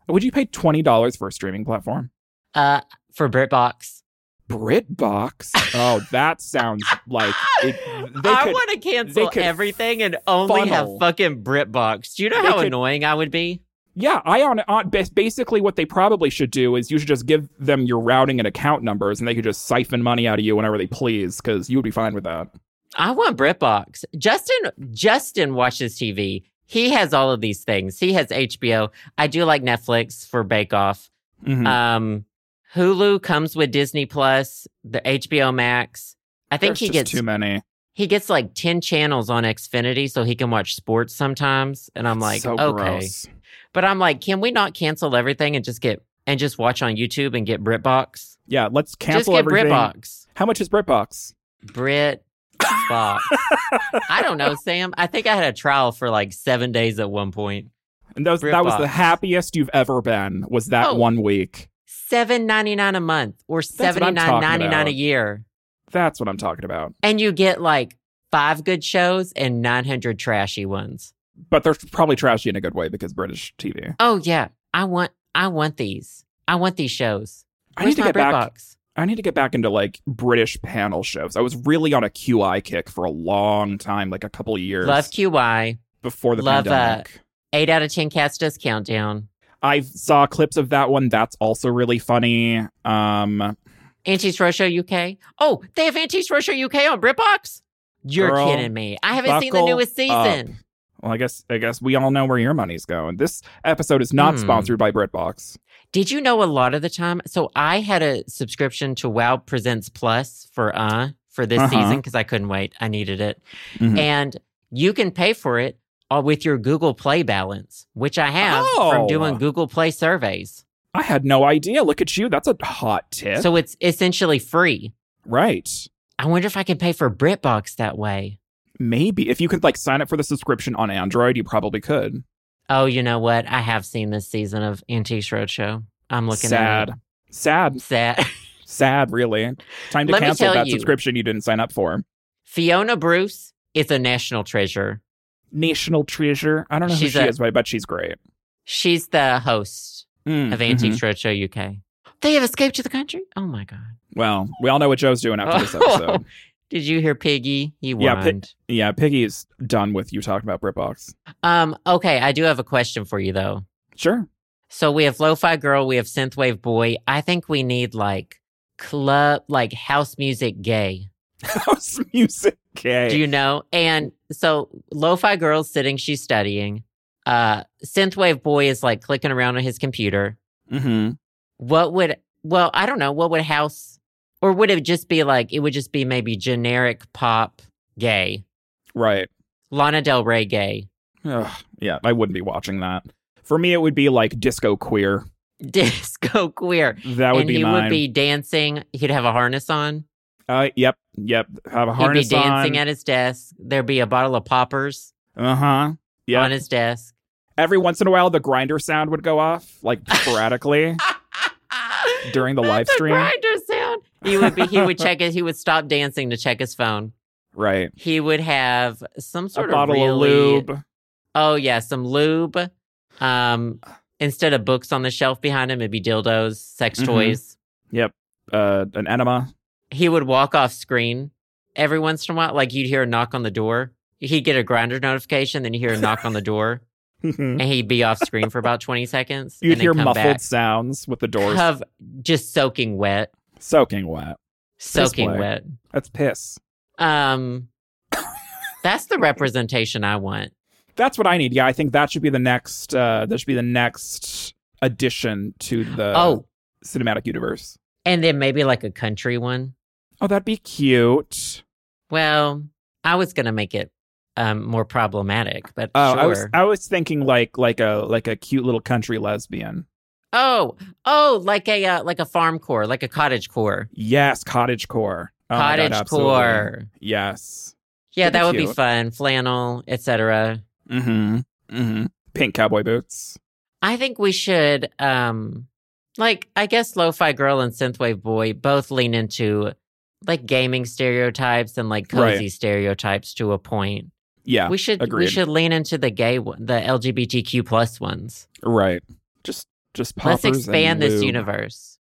Speaker 2: Would you pay twenty dollars for a streaming platform?
Speaker 1: Uh for BritBox.
Speaker 2: BritBox. Oh, that sounds like it, they
Speaker 1: I
Speaker 2: could.
Speaker 1: want to cancel
Speaker 2: could
Speaker 1: everything and only
Speaker 2: funnel-
Speaker 1: have fucking BritBox. Do you know
Speaker 2: They
Speaker 1: how
Speaker 2: could-
Speaker 1: annoying I would be?
Speaker 2: yeah, I on, on bas- basically what they probably should do is you should just give them your routing and account numbers, and they could just siphon money out of you whenever they please, because you would be fine with that.
Speaker 1: I want BritBox. Justin Justin watches TV. He has all of these things. He has HBO. I do like Netflix for Bake Off.
Speaker 2: Mhm.
Speaker 1: Um, Hulu comes with Disney Plus, the HBO Max. I think
Speaker 2: There's
Speaker 1: he
Speaker 2: just
Speaker 1: gets
Speaker 2: too many.
Speaker 1: he gets like ten channels on Xfinity, so he can watch sports sometimes. And I'm like,
Speaker 2: so
Speaker 1: okay.
Speaker 2: gross.
Speaker 1: But I'm like, can we not cancel everything and just get and just watch on YouTube and get BritBox?
Speaker 2: Yeah, let's cancel
Speaker 1: just get
Speaker 2: everything.
Speaker 1: BritBox.
Speaker 2: How much is BritBox?
Speaker 1: Brit box. I don't know, Sam. I think I had a trial for like seven days at one point.
Speaker 2: And those, that was the
Speaker 1: BritBox.
Speaker 2: happiest you've ever been. Was that
Speaker 1: Oh.
Speaker 2: one week?
Speaker 1: Seven ninety nine a month or
Speaker 2: what
Speaker 1: seventy
Speaker 2: I'm
Speaker 1: nine
Speaker 2: talking
Speaker 1: ninety nine a
Speaker 2: about.
Speaker 1: year.
Speaker 2: That's what I'm talking about.
Speaker 1: And you get like five good shows and nine hundred trashy ones.
Speaker 2: but they're probably trashy in a good way because British TV.
Speaker 1: Oh yeah. I want I want these. I want these shows.
Speaker 2: I need
Speaker 1: Where's
Speaker 2: to
Speaker 1: my
Speaker 2: get back.
Speaker 1: BritBox?
Speaker 2: I need to get back into like British panel shows. I was really on a QI kick for a long time, like a couple of years
Speaker 1: Love QI.
Speaker 2: before the
Speaker 1: love, uh,
Speaker 2: pandemic.
Speaker 1: Eight out of ten cats does countdown.
Speaker 2: I saw clips of that one. That's also really funny. Um,
Speaker 1: Antiques Roadshow UK. Oh, they have Antiques Roadshow UK on BritBox. You're
Speaker 2: Girl,
Speaker 1: kidding me. I haven't seen the
Speaker 2: buckle
Speaker 1: newest season.
Speaker 2: well, I guess I guess we all know where your money's going. This episode is not
Speaker 1: Hmm.
Speaker 2: sponsored by BritBox.
Speaker 1: Did you know a lot of the time? So I had a subscription to WoW Presents Plus for uh for this
Speaker 2: Uh-huh.
Speaker 1: season because I couldn't wait. I needed it,
Speaker 2: Mhm.
Speaker 1: and you can pay for it all with your Google Play balance, which I have from
Speaker 2: Oh.
Speaker 1: doing Google Play surveys.
Speaker 2: I had no idea. Look at you. That's a hot tip.
Speaker 1: So it's essentially free.
Speaker 2: right.
Speaker 1: I wonder if I can pay for BritBox that way.
Speaker 2: Maybe if you could like sign up for the subscription on Android, you probably could.
Speaker 1: Oh, you know what? I have seen this season of Antiques Roadshow. I'm looking
Speaker 2: sad.
Speaker 1: at
Speaker 2: Sad.
Speaker 1: it. sad.
Speaker 2: Sad, really. Time to
Speaker 1: Let me
Speaker 2: cancel
Speaker 1: tell
Speaker 2: that
Speaker 1: you.
Speaker 2: subscription you didn't sign up for.
Speaker 1: Fiona Bruce is a national treasure.
Speaker 2: National treasure. I don't know
Speaker 1: She's
Speaker 2: who she
Speaker 1: a-
Speaker 2: is, but I bet she's great.
Speaker 1: She's the host
Speaker 2: Mm,
Speaker 1: of
Speaker 2: mhm.
Speaker 1: Antiques Roadshow UK. They have escaped to the country. Oh my god!
Speaker 2: mm-hmm. Well, we all know what Joe's doing after this episide.
Speaker 1: Did you hear Piggy? He
Speaker 2: Yeah, Pig-
Speaker 1: whined.
Speaker 2: yeah, Piggy's done with you talking about BritBox.
Speaker 1: um. Okay, I do have a question for you though.
Speaker 2: Sure.
Speaker 1: So we have lo-fi girl, we have synthwave boy. I think we need like club, like house music gay.
Speaker 2: House music gay.
Speaker 1: Do you know? And so lo-fi girl's sitting, she's studying. Uh, synthwave boy is like clicking around on his computer.
Speaker 2: mm-hmm.
Speaker 1: What would? Well, I don't know. What would house? Or would it just be like it would just be maybe generic pop gay?
Speaker 2: Right.
Speaker 1: Lana Del Rey gay.
Speaker 2: Ugh, yeah, I wouldn't be watching that. For me, it would be like disco queer.
Speaker 1: disco queer.
Speaker 2: That would
Speaker 1: and
Speaker 2: be
Speaker 1: he
Speaker 2: mine.
Speaker 1: would be dancing. He'd have a harness on.
Speaker 2: uh, yep, yep. Have a harness
Speaker 1: He'd be dancing
Speaker 2: on.
Speaker 1: at his desk. There'd be a bottle of poppers
Speaker 2: uh huh. Yeah.
Speaker 1: on his desk.
Speaker 2: Every once in a while, the grinder sound would go off, like sporadically during the live
Speaker 1: That's a
Speaker 2: stream.
Speaker 1: grinder sound. He would be. He would check his. He would stop dancing to check his phone.
Speaker 2: Right.
Speaker 1: He would have some sort
Speaker 2: a bottle
Speaker 1: really,
Speaker 2: of lube.
Speaker 1: Oh yeah, some lube. Um, instead of books on the shelf behind him, it'd be dildos, sex
Speaker 2: Mhm.
Speaker 1: toys.
Speaker 2: Yep. Uh, an enema.
Speaker 1: he would walk off screen every once in a while. Like you'd hear a knock on the door. He'd get a grinder notification, then you hear a knock on the door,
Speaker 2: You'd
Speaker 1: and he'd be off screen for about twenty seconds. and then
Speaker 2: hear
Speaker 1: come
Speaker 2: muffled
Speaker 1: back.
Speaker 2: sounds with the doors
Speaker 1: Of just soaking wet,
Speaker 2: soaking wet.
Speaker 1: soaking
Speaker 2: play.
Speaker 1: wet.
Speaker 2: That's piss.
Speaker 1: Um, that's the representation I want.
Speaker 2: That's what I need. Yeah, I think that should be the next. Uh, that should be the next addition to the
Speaker 1: oh,
Speaker 2: cinematic universe.
Speaker 1: and then maybe like a country one.
Speaker 2: Oh, that'd be cute.
Speaker 1: Well, I was gonna make it um more problematic, but
Speaker 2: Oh,
Speaker 1: sure.
Speaker 2: I was I was thinking like like a like a cute little country lesbian.
Speaker 1: oh, oh, like a uh, like a farm core, like a cottage core,
Speaker 2: Yes, cottage core. Oh my God,
Speaker 1: cottage
Speaker 2: absolutely.
Speaker 1: core.
Speaker 2: Yes.
Speaker 1: Yeah,
Speaker 2: That'd be
Speaker 1: that would be
Speaker 2: cute.
Speaker 1: fun. Flannel, etc.
Speaker 2: Mm-hmm. Mm-hmm. Pink cowboy boots.
Speaker 1: I think we should um like I guess lo-fi girl and synthwave boy both lean into like gaming stereotypes and like
Speaker 2: Right.
Speaker 1: cozy stereotypes to a point.
Speaker 2: Yeah.
Speaker 1: we should we
Speaker 2: agreed.
Speaker 1: should lean into the gay one, the LGBTQ plus ones.
Speaker 2: right. Just just poppers
Speaker 1: Let's expand
Speaker 2: and
Speaker 1: this
Speaker 2: lube.
Speaker 1: universe.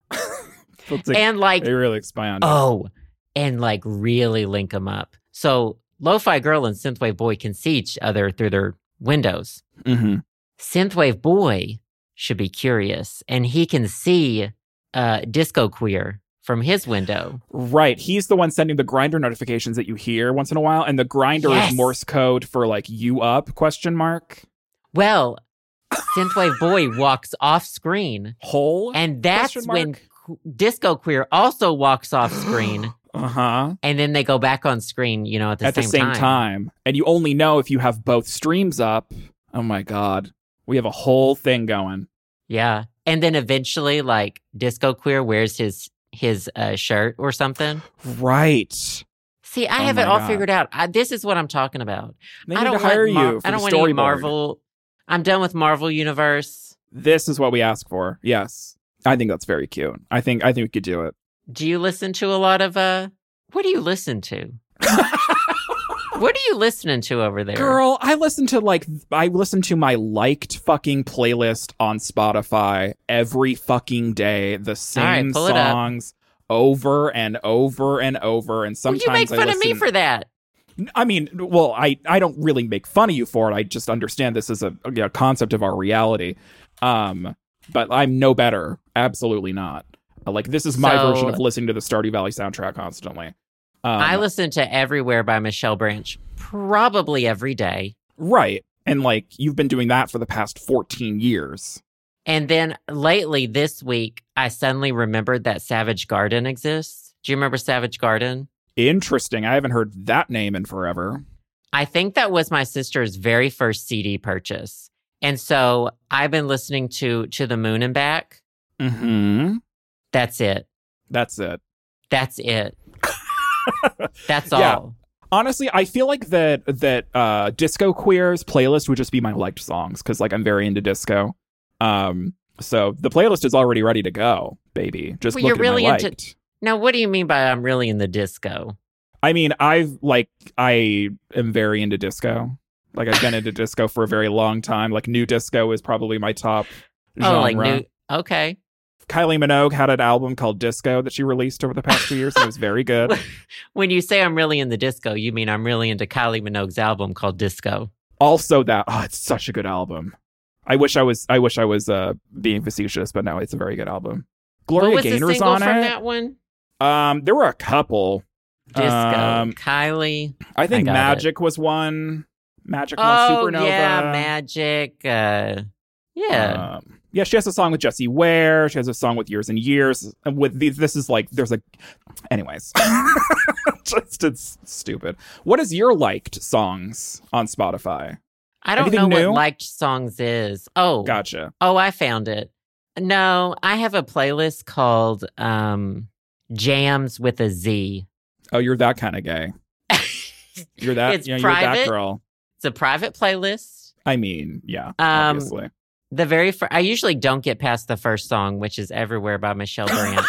Speaker 2: Let's ex-
Speaker 1: and like
Speaker 2: they really expand.
Speaker 1: oh, and like really link them up. So lo-fi girl and synthwave boy can see each other through their windows.
Speaker 2: Mm-hmm.
Speaker 1: Synthwave Boy should be curious, and he can see uh, Disco Queer from his window.
Speaker 2: Right. He's the one sending the grinder notifications that you hear once in a while, and the grinder
Speaker 1: Yes.
Speaker 2: is Morse code for like you up question mark.
Speaker 1: Well, Synthwave Boy walks off screen,
Speaker 2: Hole.
Speaker 1: and that's
Speaker 2: Question
Speaker 1: when
Speaker 2: mark?
Speaker 1: Qu- Disco Queer also walks off screen,
Speaker 2: uh-huh.
Speaker 1: and then they go back on screen, you know, at the,
Speaker 2: At
Speaker 1: same,
Speaker 2: the same time. And you only know if you have both streams up. Oh my god. We have a whole thing going.
Speaker 1: Yeah. And then eventually, like, Disco Queer wears his his uh, shirt or something.
Speaker 2: Right.
Speaker 1: See, I
Speaker 2: Oh
Speaker 1: have it
Speaker 2: my
Speaker 1: all
Speaker 2: God.
Speaker 1: figured out. I, this is what I'm talking about.
Speaker 2: They
Speaker 1: I
Speaker 2: need
Speaker 1: don't
Speaker 2: to hire
Speaker 1: want Mar-
Speaker 2: you for
Speaker 1: I don't
Speaker 2: the
Speaker 1: want any
Speaker 2: storyboard.
Speaker 1: Marvel. I'm done with Marvel Universe.
Speaker 2: This is what we ask for. Yes. I think that's very cute. I think I think we could do it.
Speaker 1: Do you listen to a lot of uh? What do you listen to? what are you listening to over there?
Speaker 2: Girl, I listen to like I listen to my liked fucking playlist on Spotify every fucking day. The
Speaker 1: All right,
Speaker 2: same
Speaker 1: pull it up.
Speaker 2: songs over and over and over. And
Speaker 1: Well,
Speaker 2: sometimes
Speaker 1: you make
Speaker 2: I
Speaker 1: fun of me
Speaker 2: listen-
Speaker 1: for that.
Speaker 2: I mean, well, I I don't really make fun of you for it. I just understand this is a, a concept of our reality. Um, but I'm no better. Absolutely not. Uh, Like this is my
Speaker 1: So-
Speaker 2: version of listening to the Stardew Valley soundtrack constantly. Um,
Speaker 1: I listen to Everywhere by Michelle Branch probably every day.
Speaker 2: right, and like you've been doing that for the past 14 years.
Speaker 1: And then lately this week, I suddenly remembered that Savage Garden exists. Do you remember Savage Garden?
Speaker 2: Interesting. I haven't heard that name in forever.
Speaker 1: I think that was my sister's very first CD purchase. And so I've been listening to To the Moon and Back.
Speaker 2: Hmm.
Speaker 1: That's it.
Speaker 2: That's it.
Speaker 1: That's it. That's all.
Speaker 2: Yeah. Honestly, I feel like that that uh, disco queers playlist would just be my liked songs because like I'm very into disco. Um, so the playlist is already ready to go, baby. Just
Speaker 1: Well,
Speaker 2: look
Speaker 1: you're
Speaker 2: at my
Speaker 1: really into-
Speaker 2: liked.
Speaker 1: Now, what do you mean by I'm really in the disco?
Speaker 2: I mean, I've like I am very into disco. Like I've been into disco for a very long time. Like new disco is probably my top genre.
Speaker 1: Oh, like new. Okay.
Speaker 2: Kylie Minogue had an album called Disco that she released over the past few years, and it was very good.
Speaker 1: When you say I'm really in the disco, you mean I'm really into Kylie Minogue's album called Disco.
Speaker 2: Also, that oh, it's such a good album. I wish I was I wish I was uh being facetious, but no, it's a very good album.
Speaker 1: what
Speaker 2: Gloria
Speaker 1: was the
Speaker 2: Gaynor's
Speaker 1: single
Speaker 2: on
Speaker 1: from
Speaker 2: it.
Speaker 1: that one?
Speaker 2: Um, there were a couple.
Speaker 1: Disco.
Speaker 2: Um,
Speaker 1: Kylie.
Speaker 2: I think
Speaker 1: got it.
Speaker 2: Magic was one. Magic
Speaker 1: Oh
Speaker 2: was Supernova.
Speaker 1: yeah, Magic. Uh, yeah.
Speaker 2: Um, yeah, she has a song with Jesse Ware. She has a song with Years and Years. And with these, this is like there's a. Anyways, just it's stupid. What is your liked songs on Spotify?
Speaker 1: I don't know
Speaker 2: anything new?
Speaker 1: what liked songs is. Oh,
Speaker 2: Gotcha.
Speaker 1: oh, I found it. No, I have a playlist called um, Jams with a Z.
Speaker 2: Oh, you're that kind of gay. You're that.
Speaker 1: It's
Speaker 2: yeah, you're that
Speaker 1: private.
Speaker 2: girl.
Speaker 1: It's a private playlist.
Speaker 2: I mean, yeah,
Speaker 1: Um,
Speaker 2: obviously.
Speaker 1: The very fir- I usually don't get past the first song, which is "Everywhere" by Michelle Branch.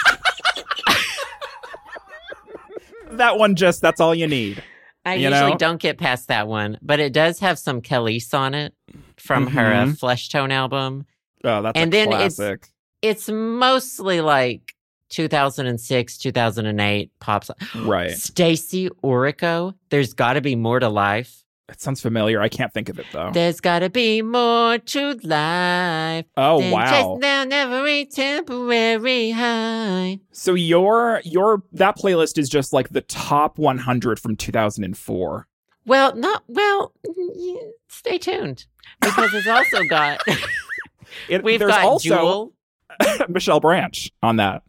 Speaker 2: That one just. That's all you need.
Speaker 1: I
Speaker 2: You
Speaker 1: usually
Speaker 2: know?
Speaker 1: don't get past that one, but it does have some Kelly's on it from her
Speaker 2: Mm-hmm.
Speaker 1: uh, Flesh Tone album.
Speaker 2: Oh, that's
Speaker 1: And
Speaker 2: a
Speaker 1: then it's-
Speaker 2: classic.
Speaker 1: It's mostly like 2006, 2008 pop. song.
Speaker 2: right.
Speaker 1: Stacy Orico, there's got to be more to life.
Speaker 2: It sounds familiar. I can't think of it though.
Speaker 1: There's got to be more to life.
Speaker 2: Oh
Speaker 1: than
Speaker 2: wow.
Speaker 1: Chasing down every temporary high.
Speaker 2: So your your that playlist is just like the top 100 from 2004.
Speaker 1: Well, not well. y- Stay tuned because it's also got
Speaker 2: It,
Speaker 1: we've
Speaker 2: there's
Speaker 1: got
Speaker 2: also
Speaker 1: Jewel.
Speaker 2: Michelle Branch on that.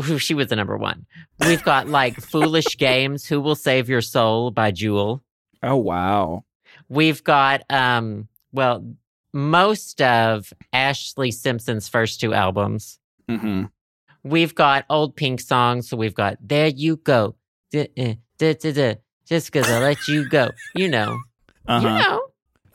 Speaker 1: Ooh, she was the number one. We've got like Foolish Games, Who Will Save Your Soul by Jewel.
Speaker 2: Oh wow.
Speaker 1: We've got um well most of Ashley Simpson's first two albums.
Speaker 2: hmm
Speaker 1: We've got old pink songs, so we've got There You Go. Duh, uh, duh, duh, duh. Just cause I let you go. You know.
Speaker 2: Uh-huh.
Speaker 1: You know.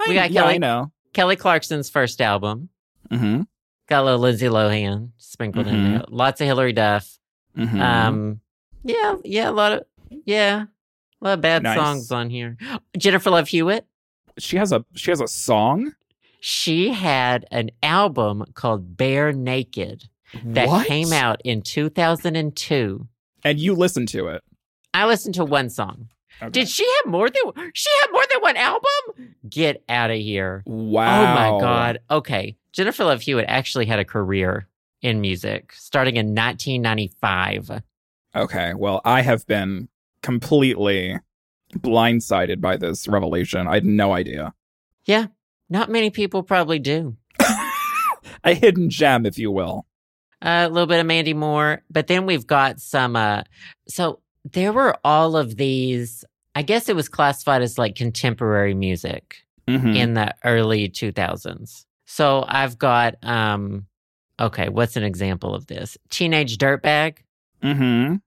Speaker 1: We
Speaker 2: I,
Speaker 1: got
Speaker 2: yeah, I
Speaker 1: Kelly
Speaker 2: know.
Speaker 1: Kelly Clarkson's first album.
Speaker 2: hmm
Speaker 1: Got a little Lindsay Lohan sprinkled in
Speaker 2: Mm-hmm.
Speaker 1: there. Lots of Hillary Duff.
Speaker 2: hmm
Speaker 1: Um, yeah, yeah, a lot of yeah, a lot of bad
Speaker 2: Nice.
Speaker 1: songs on here. Jennifer Love Hewitt.
Speaker 2: she has a she has a song
Speaker 1: She had an album called Bare Naked that
Speaker 2: What?
Speaker 1: came out in 2002.
Speaker 2: and you listen to it.
Speaker 1: I listened to one song.
Speaker 2: Okay.
Speaker 1: Did she have more than she had more than one album? Get out of here!
Speaker 2: wow.
Speaker 1: Oh my god. Okay, Jennifer Love Hewitt actually had a career in music starting in 1995.
Speaker 2: Okay. Well, I have been completely blindsided by this revelation. I had no idea.
Speaker 1: Not many people probably do.
Speaker 2: A hidden gem, if you will.
Speaker 1: a little bit of Mandy Moore, but then we've got some. Uh, so there were all of these. I guess it was classified as like contemporary music
Speaker 2: Mhm.
Speaker 1: in the early 2000s. So I've got um, okay, what's an example of this? Teenage Dirtbag.
Speaker 2: Mm-hmm.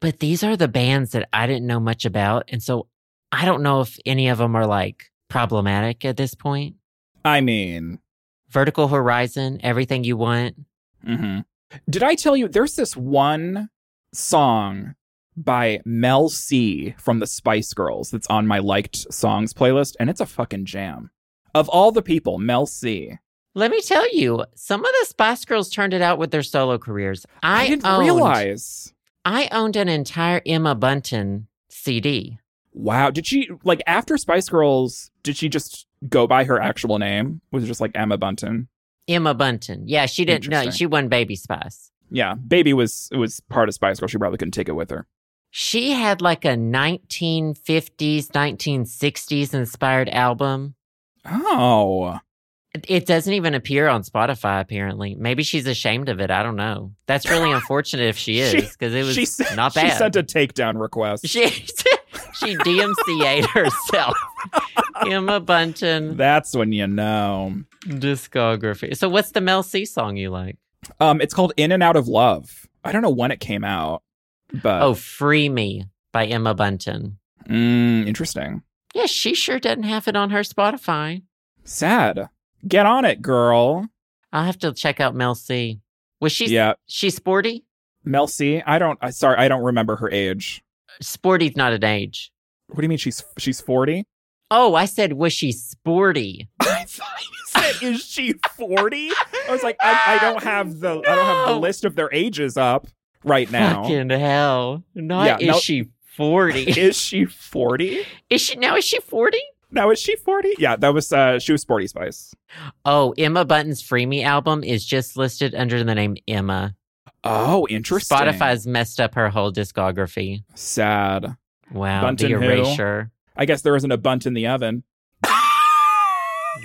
Speaker 1: But these are the bands that I didn't know much about, and so I don't know if any of them are like problematic at this point.
Speaker 2: I mean,
Speaker 1: Vertical Horizon, Everything You Want.
Speaker 2: mm-hmm. did I tell you there's this one song by Mel C from the Spice Girls that's on my liked songs playlist, and it's a fucking jam. Of all the people, Mel C.
Speaker 1: Let me tell you, some of the Spice Girls turned it out with their solo careers. I,
Speaker 2: I didn't
Speaker 1: owned,
Speaker 2: realize.
Speaker 1: I owned an entire Emma Bunton CD.
Speaker 2: Wow. Did she like after Spice Girls? Did she just go by her actual name? Was it just like Emma Bunton?
Speaker 1: Emma Bunton. Yeah, she didn't know.
Speaker 2: Interesting.
Speaker 1: She won Baby Spice.
Speaker 2: Yeah, baby was was part of Spice Girls. She probably couldn't take it with her.
Speaker 1: She had like a 1950s, 1960s inspired album.
Speaker 2: Oh,
Speaker 1: It- It doesn't even appear on Spotify, apparently. Maybe she's ashamed of it. I don't know. That's really unfortunate if she
Speaker 2: She-
Speaker 1: is, because it was
Speaker 2: she sent,
Speaker 1: not bad.
Speaker 2: She sent a takedown request.
Speaker 1: she, she DMCA'd herself. Emma Bunton.
Speaker 2: That's when you know.
Speaker 1: discography. So what's the Mel C song you like?
Speaker 2: Um, it's called In and Out of Love. I don't know when it came out, but
Speaker 1: oh, Free Me by Emma Bunton.
Speaker 2: mm, interesting.
Speaker 1: Yeah, she sure doesn't have it on her Spotify.
Speaker 2: Sad. Get on it, girl.
Speaker 1: I'll have to check out Mel C. Was she
Speaker 2: yeah,
Speaker 1: she's sporty?
Speaker 2: Mel C. I don't. I sorry, I don't remember her age.
Speaker 1: Sporty's not an age.
Speaker 2: What do you mean she's she's forty?
Speaker 1: Oh, I said was she sporty?
Speaker 2: I thought you said is she forty? I was like, I, I don't have the I don't have the
Speaker 1: No.
Speaker 2: list of their ages up right now.
Speaker 1: Fucking hell. Not
Speaker 2: Yeah,
Speaker 1: is
Speaker 2: Mel-
Speaker 1: she 40.
Speaker 2: Is she forty?
Speaker 1: is she now is she 40?
Speaker 2: Now is she 40? Yeah, that was uh she was Sporty Spice.
Speaker 1: Oh, Emma Button's Free Me album is just listed under the name Emma.
Speaker 2: Oh, interesting.
Speaker 1: Spotify's messed up her whole discography.
Speaker 2: sad.
Speaker 1: Wow.
Speaker 2: Bunton
Speaker 1: the
Speaker 2: who?
Speaker 1: erasure.
Speaker 2: I guess there isn't a bunt in the oven.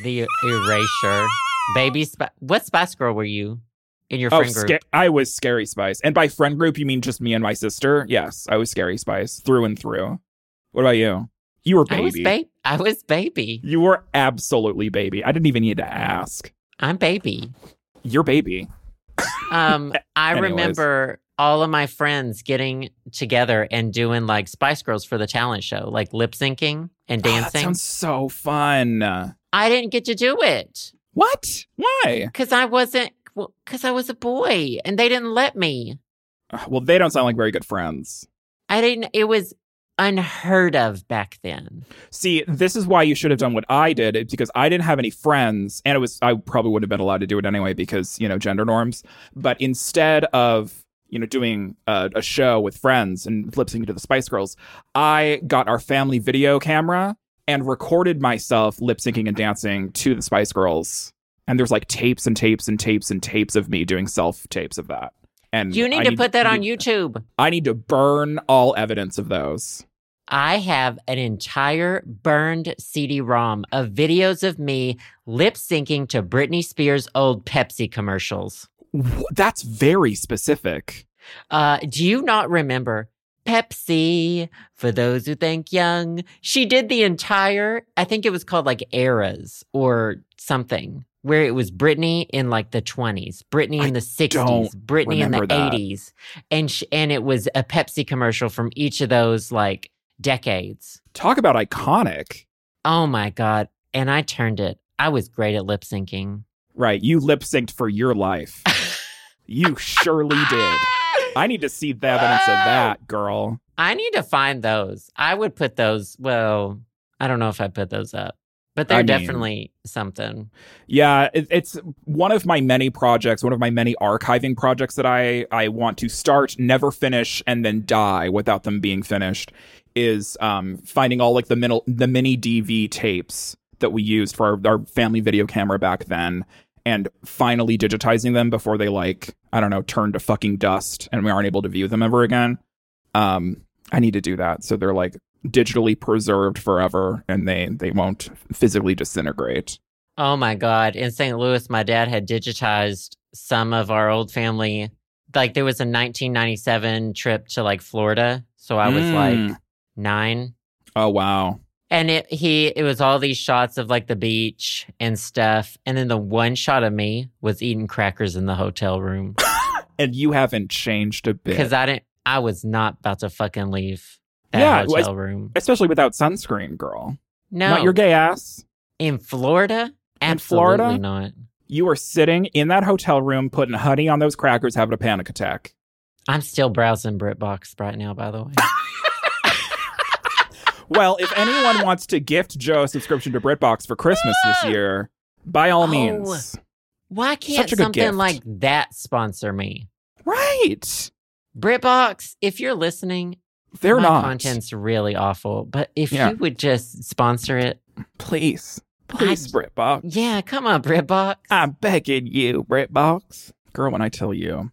Speaker 1: The erasure. Baby Sp- What Spice Girl were you in your
Speaker 2: Oh,
Speaker 1: friend group?
Speaker 2: sca- I was Scary Spice. And by friend group, you mean just me and my sister? Yes, I was Scary Spice through and through. What about you? You were baby.
Speaker 1: I was baby. I was baby.
Speaker 2: you were absolutely baby. I didn't even need to ask.
Speaker 1: I'm baby.
Speaker 2: You're baby.
Speaker 1: Um, I
Speaker 2: Anyways.
Speaker 1: remember all of my friends getting together and doing like Spice Girls for the talent show, like lip syncing and
Speaker 2: Oh, that
Speaker 1: dancing.
Speaker 2: sounds so fun.
Speaker 1: I didn't get to do it
Speaker 2: What? Why?
Speaker 1: because I wasn't, because I was a boy and they didn't let me.
Speaker 2: Ugh, Uh, Well, they don't sound like very good friends.
Speaker 1: I didn't, it was unheard of back then.
Speaker 2: See, this is why you should have done what I did it's because I didn't have any friends, and it was I probably would have been allowed to do it anyway because you know gender norms. But instead of you know doing a, a show with friends and lip syncing to the Spice Girls, I got our family video camera and recorded myself lip syncing and dancing to the Spice Girls. And there's like tapes and tapes and tapes and tapes of me doing self tapes of that. And
Speaker 1: You need
Speaker 2: Mm, I
Speaker 1: to put that on
Speaker 2: need-
Speaker 1: YouTube.
Speaker 2: I need to burn all evidence of those.
Speaker 1: I have an entire burned CD ROM of videos of me lip syncing to Britney Spears' old Pepsi commercials.
Speaker 2: Wh- That's very specific.
Speaker 1: Uh, do you not remember Pepsi? For those who think young, she did the entire, I think it was called like Eras or something, where it was Britney in like the 20s, Britney
Speaker 2: I
Speaker 1: in the 60s,
Speaker 2: don't
Speaker 1: Britney in the
Speaker 2: remember that.
Speaker 1: 80s. And, sh- and it was a Pepsi commercial from each of those like decades.
Speaker 2: Talk about iconic.
Speaker 1: Oh my God. And I turned it. I was great at lip syncing.
Speaker 2: Right. You lip synced for your life. you surely did.
Speaker 1: Ah!
Speaker 2: I need to see the evidence of that, girl.
Speaker 1: I need to find those. I would put those. Well, I don't know if I put those up, but they're
Speaker 2: I mean-
Speaker 1: definitely something.
Speaker 2: Yeah, it, it's one of my many projects, one of my many archiving projects that I I want to start, never finish, and then die without them being finished. Is um, finding all like the mini the mini DV tapes that we used for our, our family video camera back then, and finally digitizing them before they like I don't know turn to fucking dust and we aren't able to view them ever again. Um, I need to do that so they're like digitally preserved forever and they they won't physically disintegrate.
Speaker 1: Oh my God. In St. Louis, my dad had digitized some of our old family. Like there was a 1997 trip to like Florida. So I was
Speaker 2: Mm.
Speaker 1: like nine.
Speaker 2: Oh wow.
Speaker 1: And it, he, it was all these shots of like the beach and stuff. And then the one shot of me was eating crackers in the hotel room
Speaker 2: and you haven't changed a bit.
Speaker 1: because I didn't, I was not about to fucking leave that
Speaker 2: Yeah, it was-
Speaker 1: hotel room.
Speaker 2: Especially without sunscreen, girl.
Speaker 1: No,
Speaker 2: Not your gay ass.
Speaker 1: in Florida?
Speaker 2: In
Speaker 1: Absolutely
Speaker 2: Florida?
Speaker 1: not.
Speaker 2: You were sitting in that hotel room putting honey on those crackers, having a panic attack.
Speaker 1: I'm still browsing BritBox right now, by the way.
Speaker 2: Well, if anyone wants to gift Joe a subscription to BritBox for Christmas this year, by all
Speaker 1: Oh.
Speaker 2: means.
Speaker 1: Why can't
Speaker 2: Such a good
Speaker 1: something
Speaker 2: gift.
Speaker 1: like that sponsor me?
Speaker 2: Right.
Speaker 1: BritBox, if you're listening,
Speaker 2: They're
Speaker 1: my
Speaker 2: not.
Speaker 1: content's really awful, but if
Speaker 2: Yeah.
Speaker 1: you would just sponsor it,
Speaker 2: Please.
Speaker 1: I-
Speaker 2: Please, BritBox.
Speaker 1: yeah, come on, BritBox.
Speaker 2: I'm begging you, BritBox. Girl, when I tell you.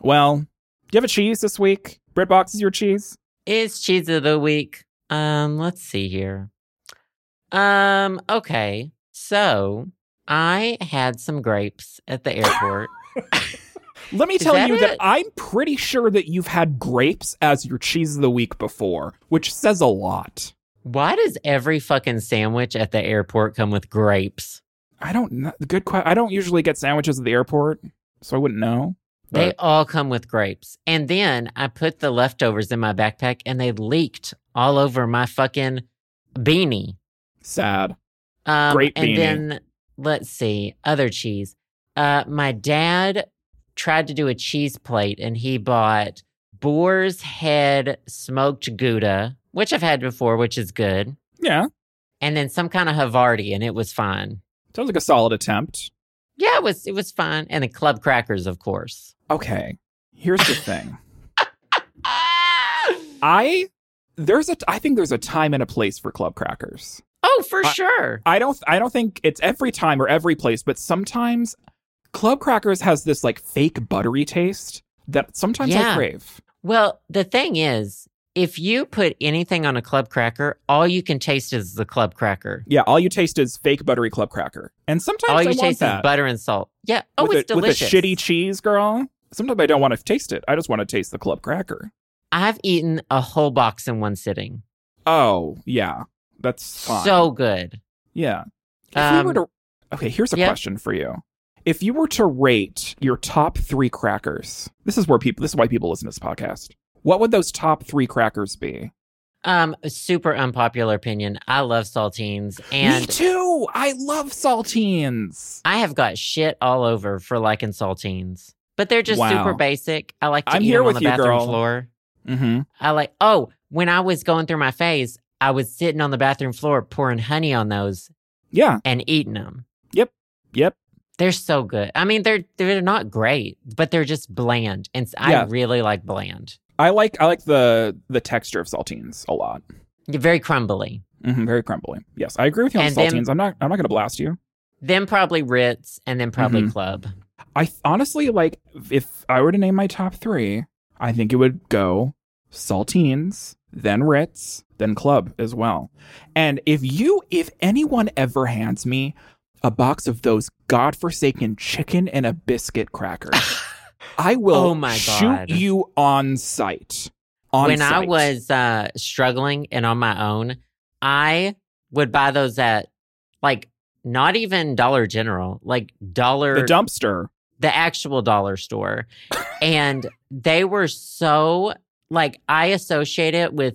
Speaker 2: Well, do you have a cheese this week? BritBox is your cheese?
Speaker 1: It's cheese of the week. Um, let's see here. Um, okay. So I had some grapes at the airport.
Speaker 2: Let me
Speaker 1: Is
Speaker 2: tell
Speaker 1: that
Speaker 2: you
Speaker 1: it?
Speaker 2: that I'm pretty sure that you've had grapes as your cheese of the week before, which says a lot.
Speaker 1: Why does every fucking sandwich at the airport come with grapes?
Speaker 2: I don't know. Good question. I don't usually get sandwiches at the airport, so I wouldn't know.
Speaker 1: They
Speaker 2: But
Speaker 1: all come with grapes. And then I put the leftovers in my backpack and they leaked all over my fucking beanie.
Speaker 2: sad.
Speaker 1: Um,
Speaker 2: Grape
Speaker 1: and
Speaker 2: beanie.
Speaker 1: then let's see, other cheese. Uh, my dad tried to do a cheese plate and he bought boar's head smoked Gouda, which I've had before, which is good.
Speaker 2: Yeah.
Speaker 1: And then some kind of Havarti and it was fine.
Speaker 2: Sounds like a solid attempt.
Speaker 1: Yeah, it was it was fine. And the club crackers, of course.
Speaker 2: Okay. Here's the thing. I there's a I think there's a time and a place for club crackers.
Speaker 1: Oh, Oh, for
Speaker 2: I-
Speaker 1: sure.
Speaker 2: I don't I don't think it's every time or every place, but sometimes Club Crackers has this like fake buttery taste that sometimes I
Speaker 1: Yeah.
Speaker 2: crave.
Speaker 1: Well, the thing is, if you put anything on a club cracker, all you can taste is the club cracker.
Speaker 2: Yeah, all you taste is fake buttery Club Cracker. And sometimes
Speaker 1: All
Speaker 2: I
Speaker 1: you
Speaker 2: want
Speaker 1: taste is
Speaker 2: that.
Speaker 1: butter and salt. Yeah. Oh,
Speaker 2: with
Speaker 1: it's
Speaker 2: a,
Speaker 1: delicious.
Speaker 2: With a shitty cheese, girl. Sometimes I don't want to taste it. I just want to taste the Club Cracker.
Speaker 1: I've eaten a whole box in one sitting.
Speaker 2: Oh, yeah. That's fine.
Speaker 1: So good.
Speaker 2: Yeah. If you were
Speaker 1: Um,
Speaker 2: to, okay, here's a
Speaker 1: yeah.
Speaker 2: question for you. If you were to rate your top three crackers, this is where people. This is why people listen to this podcast. What would those top three crackers be?
Speaker 1: Um, super unpopular opinion. I love saltines,
Speaker 2: Me
Speaker 1: and
Speaker 2: too. I love saltines.
Speaker 1: I have got shit all over for liking saltines. But they're just
Speaker 2: Wow.
Speaker 1: super basic. I like to
Speaker 2: I'm
Speaker 1: eat
Speaker 2: here
Speaker 1: them
Speaker 2: with
Speaker 1: on the
Speaker 2: you,
Speaker 1: bathroom
Speaker 2: girl.
Speaker 1: floor.
Speaker 2: Mm-hmm.
Speaker 1: I like. Oh, when I was going through my phase, I was sitting on the bathroom floor pouring honey on those
Speaker 2: Yeah.
Speaker 1: and eating them.
Speaker 2: Yep.
Speaker 1: They're so good. I mean, they're they're not great, but they're just bland, and s- I
Speaker 2: Yeah.
Speaker 1: really like bland.
Speaker 2: I like I like the the texture of saltines a lot.
Speaker 1: Very crumbly.
Speaker 2: hmm very crumbly. Yes, I agree with you on
Speaker 1: And then-
Speaker 2: saltines. I'm not I'm not going to blast you.
Speaker 1: Then probably Ritz, and then probably
Speaker 2: Mhm.
Speaker 1: Club.
Speaker 2: I th- honestly like if I were to name my top three, I think it would go Saltines, then Ritz, then Club as well. And if you, if anyone ever hands me a box of those godforsaken chicken and a biscuit crackers, I will
Speaker 1: Oh my
Speaker 2: shoot
Speaker 1: God.
Speaker 2: you on sight. On
Speaker 1: when I
Speaker 2: sight.
Speaker 1: was uh, struggling and on my own, I would buy those at like not even Dollar General, like Dollar,
Speaker 2: the
Speaker 1: the,
Speaker 2: dumpster,
Speaker 1: actual dollar store. and they were so like, I associate it with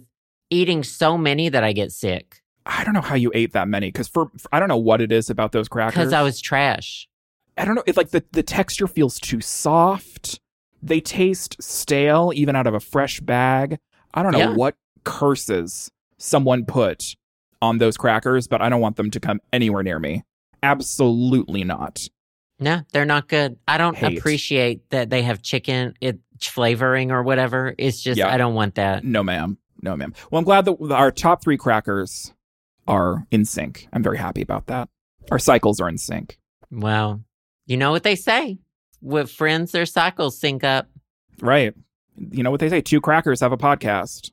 Speaker 1: eating so many that I get sick
Speaker 2: I don't know how you ate that many because for, for I don't know what it is about those crackers.
Speaker 1: because I was trash.
Speaker 2: I don't know. It like the, the texture feels too soft. They taste stale, even out of a fresh bag. I don't know
Speaker 1: Yeah.
Speaker 2: what curses someone put on those crackers, but I don't want them to come anywhere near me. Absolutely not.
Speaker 1: No, they're not good. I don't
Speaker 2: Hate.
Speaker 1: appreciate that they have chicken it flavoring or whatever. It's just
Speaker 2: Yeah.
Speaker 1: I don't want that.
Speaker 2: No, ma'am. No, ma'am. Well, I'm glad that our top three crackers are in sync. I'm very happy about that. Our cycles are in sync.
Speaker 1: Well, you know what they say. With friends, their cycles sync up.
Speaker 2: Right. You know what they say? Two crackers have a podcast.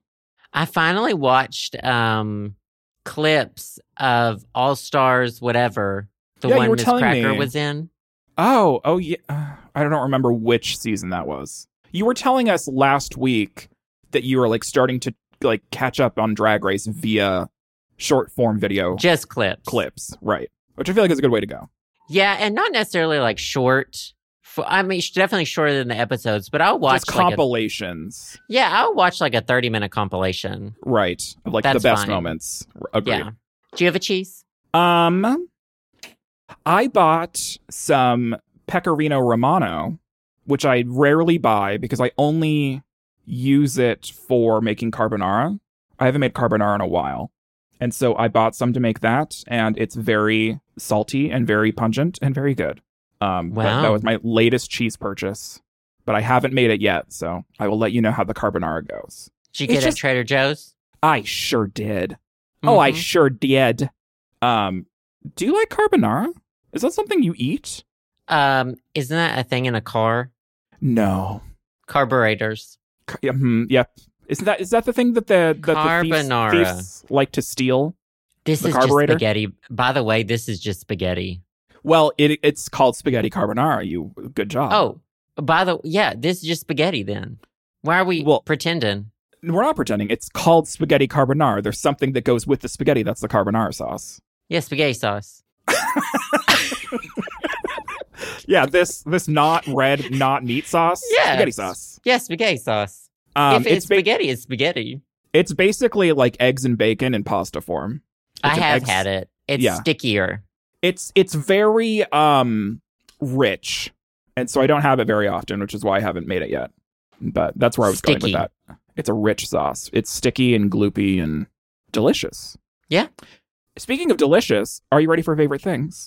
Speaker 1: I finally watched um, clips of All Stars, whatever the
Speaker 2: Yeah, you
Speaker 1: one
Speaker 2: were
Speaker 1: Miss
Speaker 2: telling
Speaker 1: Cracker
Speaker 2: me.
Speaker 1: was in.
Speaker 2: Oh, oh yeah. Uh, I don't remember which season that was. You were telling us last week that you were like starting to like catch up on Drag Race via short form video
Speaker 1: Just clips.
Speaker 2: clips, right? Which I feel like is a good way to go.
Speaker 1: Yeah, and not necessarily like short. For, I mean, sh- definitely shorter than the episodes, but I'll watch
Speaker 2: Just
Speaker 1: like a,
Speaker 2: compilations,
Speaker 1: yeah, I'll watch like a thirty minute compilation.
Speaker 2: right? Of like the
Speaker 1: That's
Speaker 2: best
Speaker 1: fine.
Speaker 2: moments. R- Agreed.
Speaker 1: Yeah. Do you have a cheese?
Speaker 2: Um, I bought some Pecorino Romano, which I rarely buy because I only use it for making carbonara. I haven't made carbonara in a while. And so I bought some to make that, and it's very salty and very pungent and very good. Um, but
Speaker 1: Wow.
Speaker 2: that was my latest cheese purchase, but I haven't made it yet. So I will let you know how the carbonara goes.
Speaker 1: Did you get it
Speaker 2: It's
Speaker 1: at
Speaker 2: just-
Speaker 1: Trader Joe's?
Speaker 2: I sure did. Oh, I
Speaker 1: Mhm.
Speaker 2: sure did. Um, do you like carbonara? Is that something you eat?
Speaker 1: um, isn't that a thing in a car?
Speaker 2: No.
Speaker 1: Carburetors.
Speaker 2: Ca- yeah, hmm, yep. Isn't that is that the thing that the that
Speaker 1: Carbonara.
Speaker 2: the thieves, thieves like to steal?
Speaker 1: This
Speaker 2: The
Speaker 1: is
Speaker 2: carburetor?
Speaker 1: just spaghetti. By the way, this is just spaghetti.
Speaker 2: Well, it it's called spaghetti carbonara. You good job.
Speaker 1: Oh, by the yeah, this is just spaghetti. Then why are we
Speaker 2: Well-
Speaker 1: pretending?
Speaker 2: we're not pretending. It's called spaghetti carbonara. There's something that goes with the spaghetti. That's the carbonara sauce.
Speaker 1: Yeah, spaghetti sauce.
Speaker 2: Yeah, this this not red, not meat sauce.
Speaker 1: Yes.
Speaker 2: spaghetti sauce.
Speaker 1: Yeah, spaghetti sauce.
Speaker 2: Um,
Speaker 1: if it's
Speaker 2: ba-
Speaker 1: spaghetti, it's spaghetti.
Speaker 2: it's basically like eggs and bacon in pasta form.
Speaker 1: I
Speaker 2: an
Speaker 1: have
Speaker 2: ex-
Speaker 1: had it. It's
Speaker 2: Yeah.
Speaker 1: stickier.
Speaker 2: it's it's very um rich and so i don't have it very often which is why i haven't made it yet but that's where i was going
Speaker 1: Sticky.
Speaker 2: with that it's a rich sauce it's sticky and gloopy and delicious
Speaker 1: Yeah.
Speaker 2: speaking of delicious are you ready for favorite things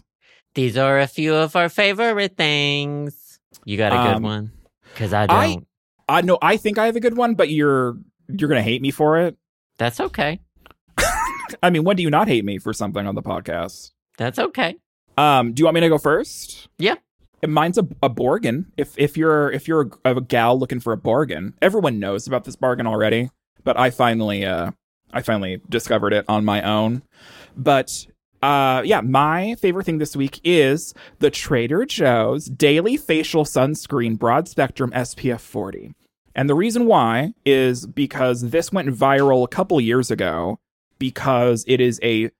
Speaker 1: These are a few of our favorite things. You got a
Speaker 2: Um,
Speaker 1: good one? Because I
Speaker 2: I-
Speaker 1: don't.
Speaker 2: Uh, i know i think i have a good one but you're you're gonna hate me for it
Speaker 1: That's okay.
Speaker 2: I mean, when do you not hate me for something on the podcast?
Speaker 1: That's okay.
Speaker 2: Um, do you want me to go first?
Speaker 1: Yeah.
Speaker 2: And Mine's a, a bargain. If if you're if you're a, a gal looking for a bargain, everyone knows about this bargain already. But I finally uh I finally discovered it on my own. But uh yeah, my favorite thing this week is the Trader Joe's Daily Facial Sunscreen Broad Spectrum SPF 40. And the reason why is because this went viral a couple years ago because it is a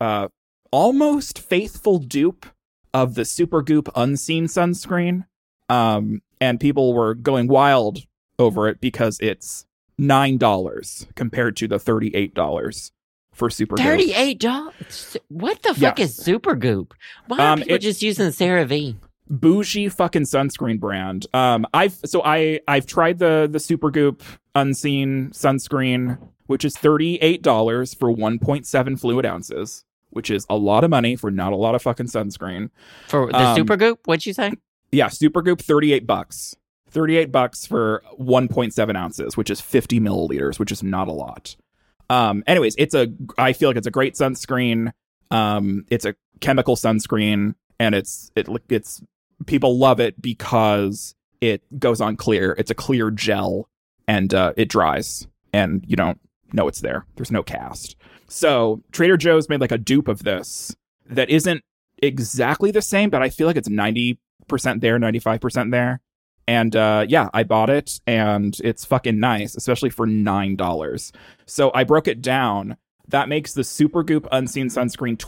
Speaker 2: uh, almost faithful dupe of the Super Goop Unseen Sunscreen. Um, and people were going wild over it because it's $9 compared to the $38 for Super Goop.
Speaker 1: Thirty-eight dollars. What the fuck is Super Goop? Why are
Speaker 2: Um,
Speaker 1: people
Speaker 2: it-
Speaker 1: just using CeraVe?
Speaker 2: bougie fucking sunscreen brand. Um, I've so I I've tried the the Supergoop Unseen sunscreen, which is thirty eight dollars for one point seven fluid ounces, which is a lot of money for not a lot of fucking sunscreen.
Speaker 1: For the
Speaker 2: Um,
Speaker 1: Super Goop? What'd you say? Oh,
Speaker 2: Yeah, Supergoop thirty eight bucks. 38 bucks for 1.7 ounces, which is 50 milliliters, which is not a lot. Um, anyways, it's a I feel like it's a great sunscreen. Um, it's a chemical sunscreen, and it's it it's people love it because it goes on clear. It's a clear gel, and uh, it dries, and you don't know it's there. There's no cast. So Trader Joe's made like a dupe of this that isn't exactly the same, but I feel like it's ninety percent there, ninety five percent there. And uh, yeah, I bought it, and it's fucking nice, especially for nine dollars. So I broke it down. That makes the Super Goop Unseen Sunscreen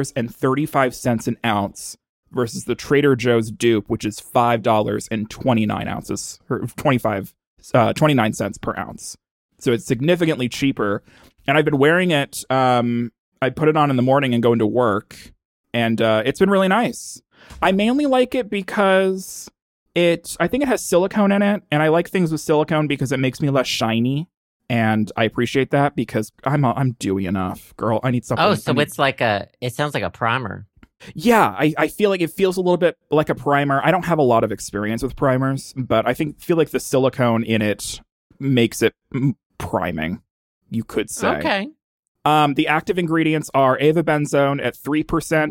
Speaker 2: $22.35 an ounce versus the Trader Joe's dupe, which is $5.29 ounces or 25, uh, 29 cents per ounce. So it's significantly cheaper. And I've been wearing it. Um, I put it on in the morning and go into work, and uh, it's been really nice. I mainly like it because it, I think it has silicone in it, and I like things with silicone because it makes me less shiny and I appreciate that because I'm I'm dewy enough, girl. I need something.
Speaker 1: Oh,
Speaker 2: I
Speaker 1: so
Speaker 2: need-
Speaker 1: it's like a. It sounds like a primer.
Speaker 2: yeah. I, I feel like it feels a little bit like a primer. I don't have a lot of experience with primers, but I think feel like the silicone in it makes it mm, priming. You could say.
Speaker 1: Okay.
Speaker 2: Um, the active ingredients are avobenzone at 3%,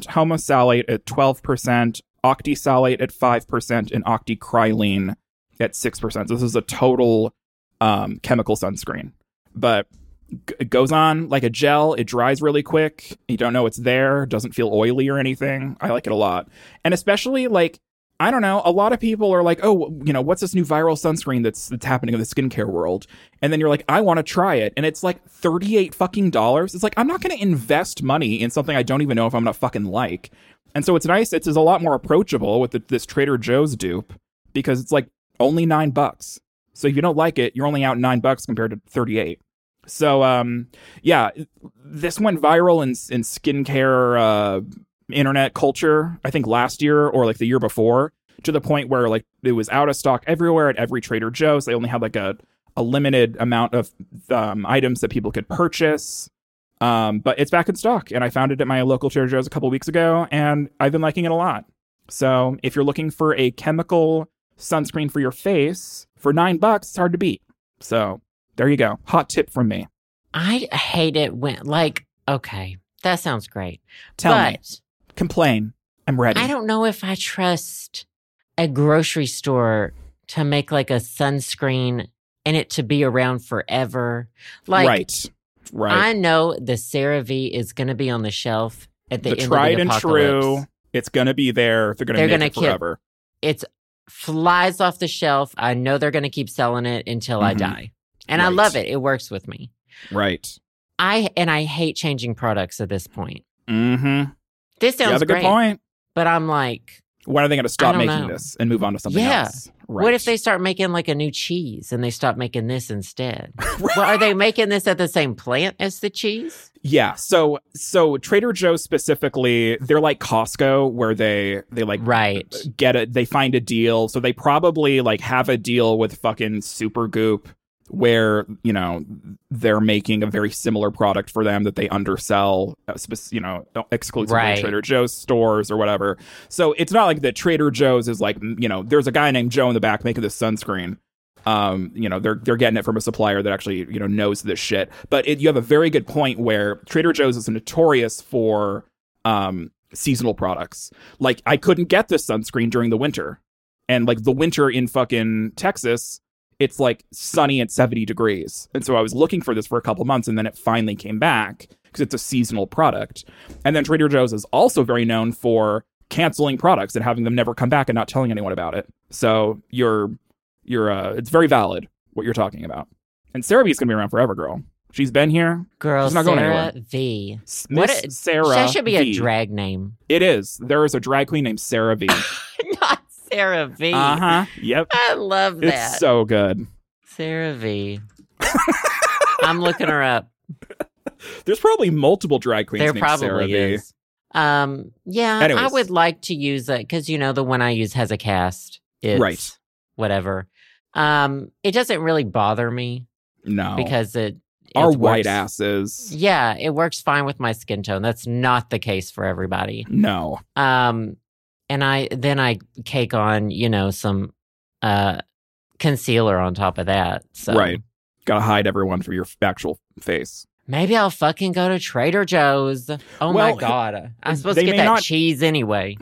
Speaker 2: homosalate at 12%, octisalate at 5%, and octicrylene at 6%. This is a total um, chemical sunscreen. But g- it goes on like a gel. It dries really quick. You don't know it's there. Doesn't feel oily or anything. I like it a lot. And especially like, I don't know, a lot of people are like, oh, you know, what's this new viral sunscreen that's that's happening in the skincare world? and then you're like, I want to try it, and it's like thirty eight fucking dollars. It's like I'm not going to invest money in something I don't even know if I'm going to fucking like. And so it's nice. It's, it's a lot more approachable with the, this Trader Joe's dupe because it's like only nine bucks. So if you don't like it, you're only out nine bucks compared to thirty eight. So um, yeah, this went viral in in skincare uh, internet culture. I think last year or like the year before. To the point where like it was out of stock everywhere at every Trader Joe's. They only had like a a limited amount of um, items that people could purchase. Um, but it's back in stock, and I found it at my local Trader Joe's a couple weeks ago, and I've been liking it a lot. So if you're looking for a chemical sunscreen for your face for nine bucks, it's hard to beat. So there you go. Hot tip from me.
Speaker 1: I hate it when like. Okay, that sounds great.
Speaker 2: Tell
Speaker 1: but
Speaker 2: me, complain. I'm ready.
Speaker 1: I don't know if I trust a grocery store to make like a sunscreen and it to be around forever. Like
Speaker 2: right, right.
Speaker 1: I know the CeraVe is going to be on the shelf at the,
Speaker 2: the
Speaker 1: end
Speaker 2: tried
Speaker 1: of
Speaker 2: and
Speaker 1: the apocalypse.
Speaker 2: true. It's gonna be there. They're gonna
Speaker 1: They're
Speaker 2: make
Speaker 1: gonna
Speaker 2: it
Speaker 1: kill-
Speaker 2: forever.
Speaker 1: It's flies off the shelf. I know they're going to keep selling it until I
Speaker 2: Mhm.
Speaker 1: die. And I
Speaker 2: Right.
Speaker 1: love it. It works with me.
Speaker 2: Right.
Speaker 1: I and I hate changing products at this point.
Speaker 2: Mm-hmm.
Speaker 1: This
Speaker 2: You
Speaker 1: sounds
Speaker 2: have a good
Speaker 1: great,
Speaker 2: point.
Speaker 1: but I'm like,
Speaker 2: When are they going to stop
Speaker 1: don't
Speaker 2: making
Speaker 1: know.
Speaker 2: this and move on to something
Speaker 1: Yeah.
Speaker 2: else?
Speaker 1: what
Speaker 2: Right.
Speaker 1: if they start making like a new cheese and they stop making this instead? well, are they making this at the same plant as the cheese?
Speaker 2: yeah. So so Trader Joe's specifically, they're like Costco where they they like uh,
Speaker 1: Right.
Speaker 2: get it they find a deal. So they probably like have a deal with fucking Super Goop where, you know, they're making a very similar product for them that they undersell uh, spec- you know, exclusively
Speaker 1: Right.
Speaker 2: Trader Joe's stores or whatever. So it's not like that Trader Joe's is like, you know, there's a guy named Joe in the back making this sunscreen. Um, you know, they're they're getting it from a supplier that actually you know knows this shit. But it, you have a very good point where Trader Joe's is notorious for um, seasonal products. Like I couldn't get this sunscreen during the winter, and like the winter in fucking Texas, it's like sunny and seventy degrees. And so I was looking for this for a couple months, and then it finally came back because it's a seasonal product. And then Trader Joe's is also very known for canceling products and having them never come back and not telling anyone about it. So you're you're uh, it's very valid what you're talking about. And Sarah B's gonna be around forever, girl. She's been here.
Speaker 1: Girl,
Speaker 2: She's not going
Speaker 1: Sarah
Speaker 2: anywhere.
Speaker 1: V.
Speaker 2: S-
Speaker 1: What
Speaker 2: Miss
Speaker 1: a-
Speaker 2: Sarah?
Speaker 1: that should be
Speaker 2: V.
Speaker 1: a drag name,
Speaker 2: It is. There is a drag queen named Sarah V.
Speaker 1: not Sarah V. I
Speaker 2: uh huh. Yep.
Speaker 1: love
Speaker 2: It's
Speaker 1: that.
Speaker 2: so good.
Speaker 1: Sarah V. I'm looking her up.
Speaker 2: There's probably multiple drag queens
Speaker 1: There
Speaker 2: named
Speaker 1: probably
Speaker 2: Sarah V.
Speaker 1: is. Um, yeah, I
Speaker 2: Anyways.
Speaker 1: would like to use it because you know the one I use has a cast. It's
Speaker 2: Right.
Speaker 1: Whatever. Um, it doesn't really bother me
Speaker 2: No,
Speaker 1: because it
Speaker 2: our
Speaker 1: it
Speaker 2: white
Speaker 1: works-
Speaker 2: asses.
Speaker 1: Yeah, it works fine with my skin tone. That's not the case for everybody.
Speaker 2: No.
Speaker 1: Um, and I then I cake on you know some uh concealer on top of that. So
Speaker 2: Right. Gotta hide everyone from your f- actual face.
Speaker 1: Maybe I'll fucking go to Trader Joe's. Oh
Speaker 2: Well,
Speaker 1: my god, I'm supposed
Speaker 2: they
Speaker 1: to get
Speaker 2: may
Speaker 1: that
Speaker 2: not-
Speaker 1: cheese anyway.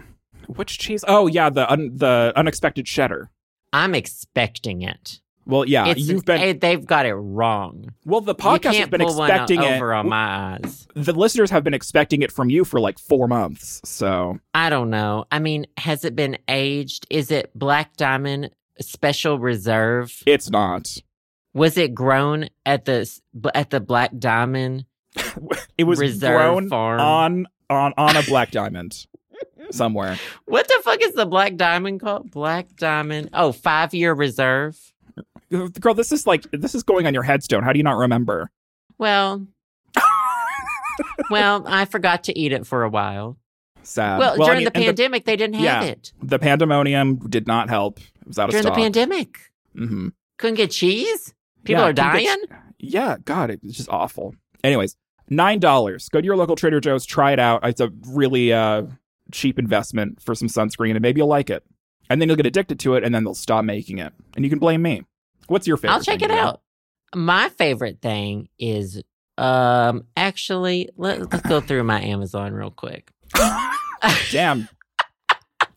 Speaker 2: Which cheese? Oh yeah, the un- the unexpected cheddar.
Speaker 1: I'm expecting it.
Speaker 2: Well, yeah,
Speaker 1: It's,
Speaker 2: you've been.
Speaker 1: eh, they've got it wrong.
Speaker 2: well, the
Speaker 1: you
Speaker 2: podcast has
Speaker 1: can't
Speaker 2: been
Speaker 1: pull one
Speaker 2: expecting it.
Speaker 1: over on my eyes.
Speaker 2: the listeners have been expecting it from you for like four months. So
Speaker 1: I don't know. I mean, has it been aged? Is it Black Diamond Special Reserve?
Speaker 2: it's not.
Speaker 1: Was it grown at the s- b- at the Black Diamond
Speaker 2: It was
Speaker 1: Reserve
Speaker 2: grown
Speaker 1: Farm?
Speaker 2: on on on a black diamond somewhere.
Speaker 1: What the fuck is the Black Diamond called? Black Diamond. Oh, five year reserve.
Speaker 2: Girl, this is like this is going on your headstone. How do you not remember?
Speaker 1: Well, well, I forgot to eat it for a while.
Speaker 2: Sad.
Speaker 1: well,
Speaker 2: Um, I
Speaker 1: during
Speaker 2: mean,
Speaker 1: the
Speaker 2: and
Speaker 1: pandemic, they didn't have
Speaker 2: Yeah,
Speaker 1: it.
Speaker 2: the, pandemonium did not help. It was out
Speaker 1: During
Speaker 2: of
Speaker 1: the
Speaker 2: stock.
Speaker 1: pandemic,
Speaker 2: mm-hmm.
Speaker 1: couldn't get cheese. People
Speaker 2: Yeah,
Speaker 1: are
Speaker 2: couldn't
Speaker 1: dying.
Speaker 2: get Yeah, God, it was just awful. Anyways, nine dollars. Go to your local Trader Joe's, try it out. It's a really uh, cheap investment for some sunscreen, and maybe you'll like it. And then you'll get addicted to it, and then they'll stop making it, and you can blame me. What's your favorite?
Speaker 1: I'll check
Speaker 2: thing
Speaker 1: it
Speaker 2: to do?
Speaker 1: out. My favorite thing is, um, actually, let, let's go through my Amazon real quick.
Speaker 2: Damn.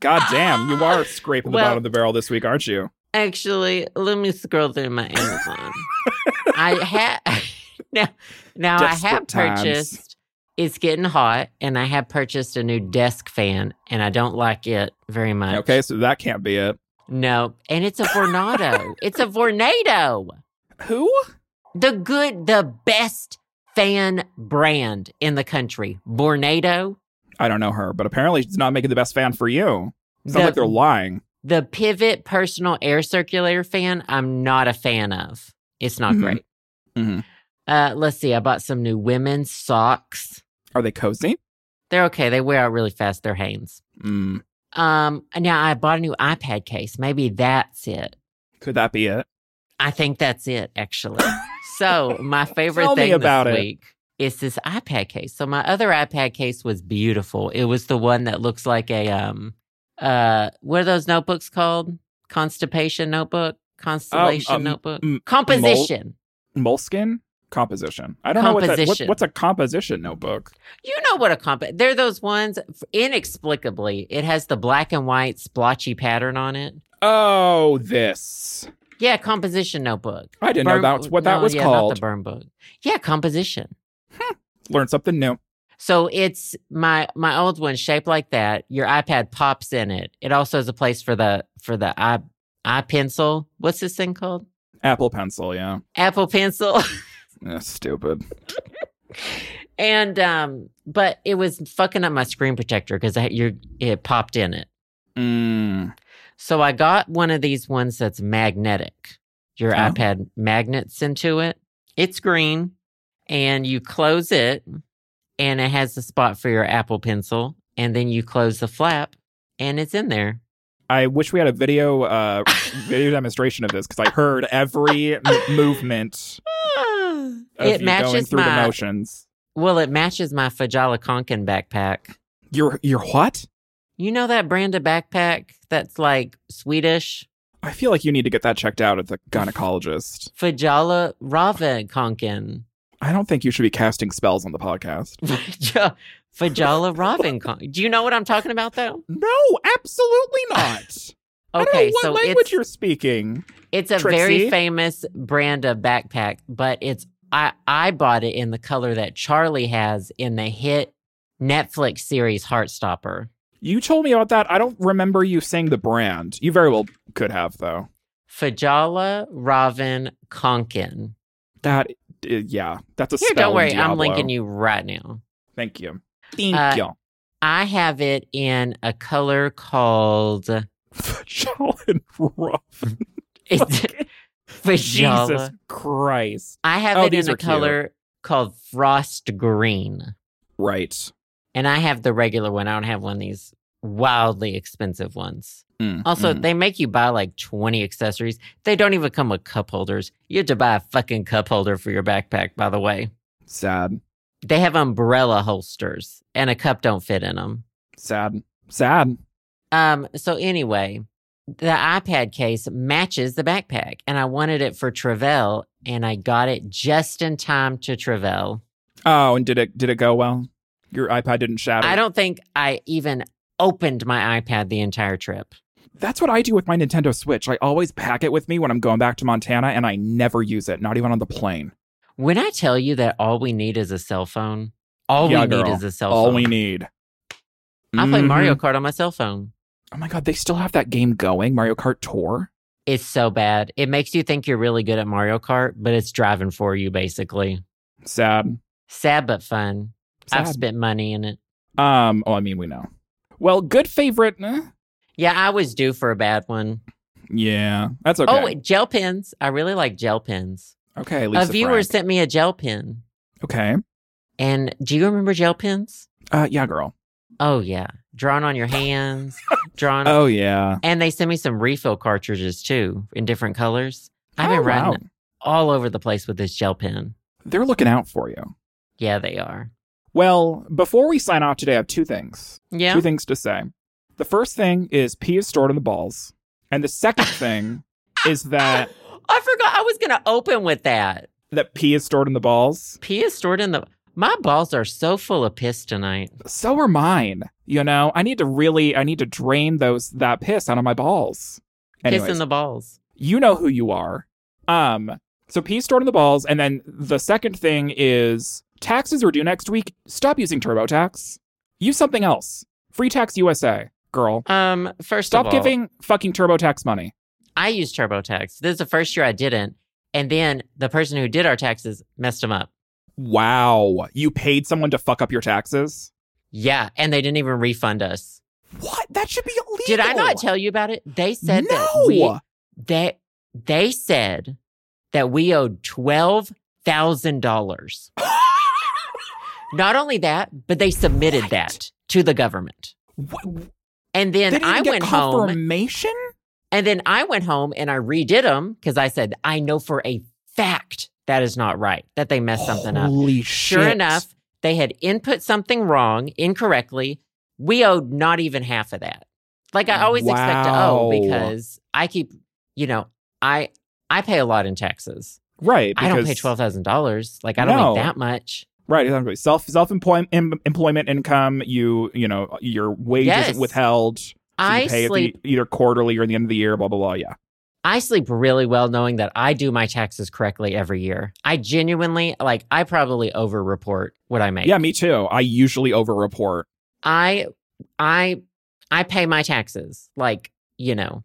Speaker 2: God damn, you are scraping the
Speaker 1: Well-
Speaker 2: bottom of the barrel this week, aren't you?
Speaker 1: Actually, let me scroll through my Amazon. I had now, now I have
Speaker 2: Desperate times.
Speaker 1: purchased. It's getting hot, and I have purchased a new desk fan, and I don't like it very much.
Speaker 2: Okay, so that can't be it.
Speaker 1: No, and it's a Vornado. it's a Vornado.
Speaker 2: Who?
Speaker 1: The good, the best fan brand in the country. Vornado.
Speaker 2: I don't know her, but apparently she's not making the best fan for you. Sounds
Speaker 1: The,
Speaker 2: like they're lying.
Speaker 1: the pivot personal air circulator fan, I'm not a fan of. It's not
Speaker 2: Mhm.
Speaker 1: great.
Speaker 2: Mhm.
Speaker 1: Uh, let's see. I bought some new women's socks.
Speaker 2: Are they cozy?
Speaker 1: They're okay. They wear out really fast. They're Hanes.
Speaker 2: Mm,
Speaker 1: Um, and now I bought a new iPad case. Maybe that's it.
Speaker 2: could that be it?
Speaker 1: I think that's it, actually. so my favorite
Speaker 2: Tell me
Speaker 1: thing
Speaker 2: about
Speaker 1: this
Speaker 2: it.
Speaker 1: week is this iPad case. So my other iPad case was beautiful. It was the one that looks like a um uh what are those notebooks called? Constipation notebook, constellation
Speaker 2: Oh, um,
Speaker 1: notebook,
Speaker 2: m-
Speaker 1: composition.
Speaker 2: Moleskin composition. I don't know what, that,
Speaker 1: Composition.
Speaker 2: what what's a composition notebook.
Speaker 1: You know what a comp? They're those ones. Inexplicably, it has the black and white splotchy pattern on it.
Speaker 2: Oh, this.
Speaker 1: Yeah, composition notebook.
Speaker 2: I didn't know
Speaker 1: Burn-
Speaker 2: that's what that
Speaker 1: no,
Speaker 2: was
Speaker 1: yeah, Not
Speaker 2: called.
Speaker 1: the burn book. Yeah, composition.
Speaker 2: Learn something new.
Speaker 1: So it's my my old one shaped like that. Your iPad pops in it. It also has a place for the for the i i pencil. What's this thing called?
Speaker 2: Apple pencil, yeah.
Speaker 1: Apple pencil.
Speaker 2: That's stupid.
Speaker 1: and um, but it was fucking up my screen protector because your it popped in it.
Speaker 2: Mm,
Speaker 1: So I got one of these ones that's magnetic. Your
Speaker 2: Oh.
Speaker 1: iPad magnets into it. It's green, and you close it, and it has the spot for your Apple pencil, and then you close the flap, and it's in there.
Speaker 2: I wish we had a video uh, video demonstration of this because I heard every m- movement of
Speaker 1: it
Speaker 2: you going
Speaker 1: matches
Speaker 2: through the
Speaker 1: my
Speaker 2: motions.
Speaker 1: well, it matches my Fajala Konkin backpack.
Speaker 2: Your your what?
Speaker 1: You know that brand of backpack that's like Swedish?
Speaker 2: I feel like you need to get that checked out at the gynecologist.
Speaker 1: Fajala Rava Konkin.
Speaker 2: I don't think you should be casting spells on the podcast.
Speaker 1: Fajala Robin Konkin. Do you know what I'm talking about though?
Speaker 2: No, absolutely not. I don't know
Speaker 1: Okay,
Speaker 2: what
Speaker 1: so
Speaker 2: language
Speaker 1: it's
Speaker 2: you're speaking.
Speaker 1: it's a
Speaker 2: Trixie?
Speaker 1: very famous brand of backpack, but it's I I bought it in the color that Charlie has in the hit Netflix series Heartstopper.
Speaker 2: You told me about that. I don't remember you saying the brand. You very well could have, though.
Speaker 1: Fajala Robin Konkin.
Speaker 2: That, uh, yeah, that's a
Speaker 1: Here,
Speaker 2: spell.
Speaker 1: don't worry,
Speaker 2: in
Speaker 1: I'm
Speaker 2: Diablo.
Speaker 1: linking you right now.
Speaker 2: Thank you. Thank
Speaker 1: Uh,
Speaker 2: you.
Speaker 1: I have it in a color called
Speaker 2: Fajolin Rough.
Speaker 1: it's Fajala.
Speaker 2: Jesus Christ.
Speaker 1: I have
Speaker 2: Oh,
Speaker 1: it
Speaker 2: these
Speaker 1: in
Speaker 2: are
Speaker 1: a
Speaker 2: cute.
Speaker 1: color called frost green,
Speaker 2: Right.
Speaker 1: and I have the regular one. I don't have one of these wildly expensive ones.
Speaker 2: Mm,
Speaker 1: Also,
Speaker 2: mm.
Speaker 1: they make you buy like 20 accessories. They don't even come with cup holders. You have to buy a fucking cup holder for your backpack, by the way.
Speaker 2: sad,
Speaker 1: They have umbrella holsters, and a cup don't fit in them.
Speaker 2: sad, sad.
Speaker 1: Um, so anyway, the iPad case matches the backpack, and I wanted it for Travell, and I got it just in time to Travell.
Speaker 2: Oh, and did it did it go well? Your iPad didn't shatter.
Speaker 1: I don't think I even opened my iPad the entire trip.
Speaker 2: That's what I do with my Nintendo Switch. I always pack it with me when I'm going back to Montana, and I never use it, not even on the plane.
Speaker 1: When I tell you that all we need is a cell phone, all
Speaker 2: Yeah,
Speaker 1: we need
Speaker 2: girl.
Speaker 1: is a cell
Speaker 2: All
Speaker 1: phone.
Speaker 2: we need.
Speaker 1: I play
Speaker 2: Mhm.
Speaker 1: Mario Kart on my cell phone.
Speaker 2: Oh my god, they still have that game going, Mario Kart Tour.
Speaker 1: It's so bad. It makes you think you're really good at Mario Kart, but it's driving for you basically.
Speaker 2: Sad.
Speaker 1: Sad but fun. I've
Speaker 2: Sad.
Speaker 1: spent money in it.
Speaker 2: um. Oh, I mean, we know. Well, good favorite. eh?
Speaker 1: Yeah, I was due for a bad one.
Speaker 2: Yeah, that's okay.
Speaker 1: Oh, wait, gel pens. I really like gel pens.
Speaker 2: okay. Lisa
Speaker 1: a viewer
Speaker 2: Frank.
Speaker 1: sent me a gel pen.
Speaker 2: Okay.
Speaker 1: And do you remember gel pens?
Speaker 2: Uh, yeah, girl.
Speaker 1: Oh, yeah. Drawn on your hands, drawn.
Speaker 2: Oh yeah.
Speaker 1: And they sent me some refill cartridges too in different colors. I've been
Speaker 2: Oh, wow.
Speaker 1: running all over the place with this gel pen.
Speaker 2: They're looking out for you.
Speaker 1: Yeah, they are.
Speaker 2: Well, before we sign off today, I have two things.
Speaker 1: Yeah.
Speaker 2: Two things to say. The first thing is pee is stored in the balls, and the second thing is that
Speaker 1: I forgot I was going to open with that.
Speaker 2: that pee is stored in the balls.
Speaker 1: Pee is stored in the. My balls are so full of piss tonight.
Speaker 2: So are mine. You know, I need to really, I need to drain those that piss out of my balls. Anyways,
Speaker 1: Piss in the balls.
Speaker 2: you know who you are. Um, so pee is stored in the balls, and then the second thing is taxes are due next week. Stop using TurboTax. Use something else. Free Tax USA, girl.
Speaker 1: Um, first
Speaker 2: Stop
Speaker 1: of all,
Speaker 2: giving fucking TurboTax money.
Speaker 1: I used TurboTax. This is the first year I didn't. And then the person who did our taxes messed them up.
Speaker 2: Wow, you paid someone to fuck up your taxes.
Speaker 1: Yeah. And they didn't even refund us.
Speaker 2: What? That should be illegal.
Speaker 1: Did I not tell you about it? They said that we, they, they said that we owed $12,000. Not only that, but they submitted
Speaker 2: What?
Speaker 1: that to the government.
Speaker 2: What?
Speaker 1: And then
Speaker 2: They didn't
Speaker 1: I
Speaker 2: even get
Speaker 1: went home
Speaker 2: confirmation.
Speaker 1: and then I went home and I redid them because I said, I know for a fact that is not right, that they messed something up.
Speaker 2: Holy shit!
Speaker 1: Sure enough, they had input something wrong incorrectly. We owed not even half of that. Like I always expect to owe
Speaker 2: Wow.
Speaker 1: because I keep, you know, I I pay a lot in taxes.
Speaker 2: right?
Speaker 1: I don't
Speaker 2: because-
Speaker 1: pay twelve thousand dollars. Like I don't
Speaker 2: No.
Speaker 1: make that much.
Speaker 2: Right, exactly. Self self employment employment income. You you know your wage
Speaker 1: Yes.
Speaker 2: isn't withheld. so
Speaker 1: I
Speaker 2: you pay
Speaker 1: sleep.
Speaker 2: at the, either quarterly or at the end of the year. Blah blah blah. Yeah.
Speaker 1: I sleep really well knowing that I do my taxes correctly every year. I genuinely like. I probably overreport what I make.
Speaker 2: Yeah, me too. I usually overreport.
Speaker 1: I I I pay my taxes like, you know,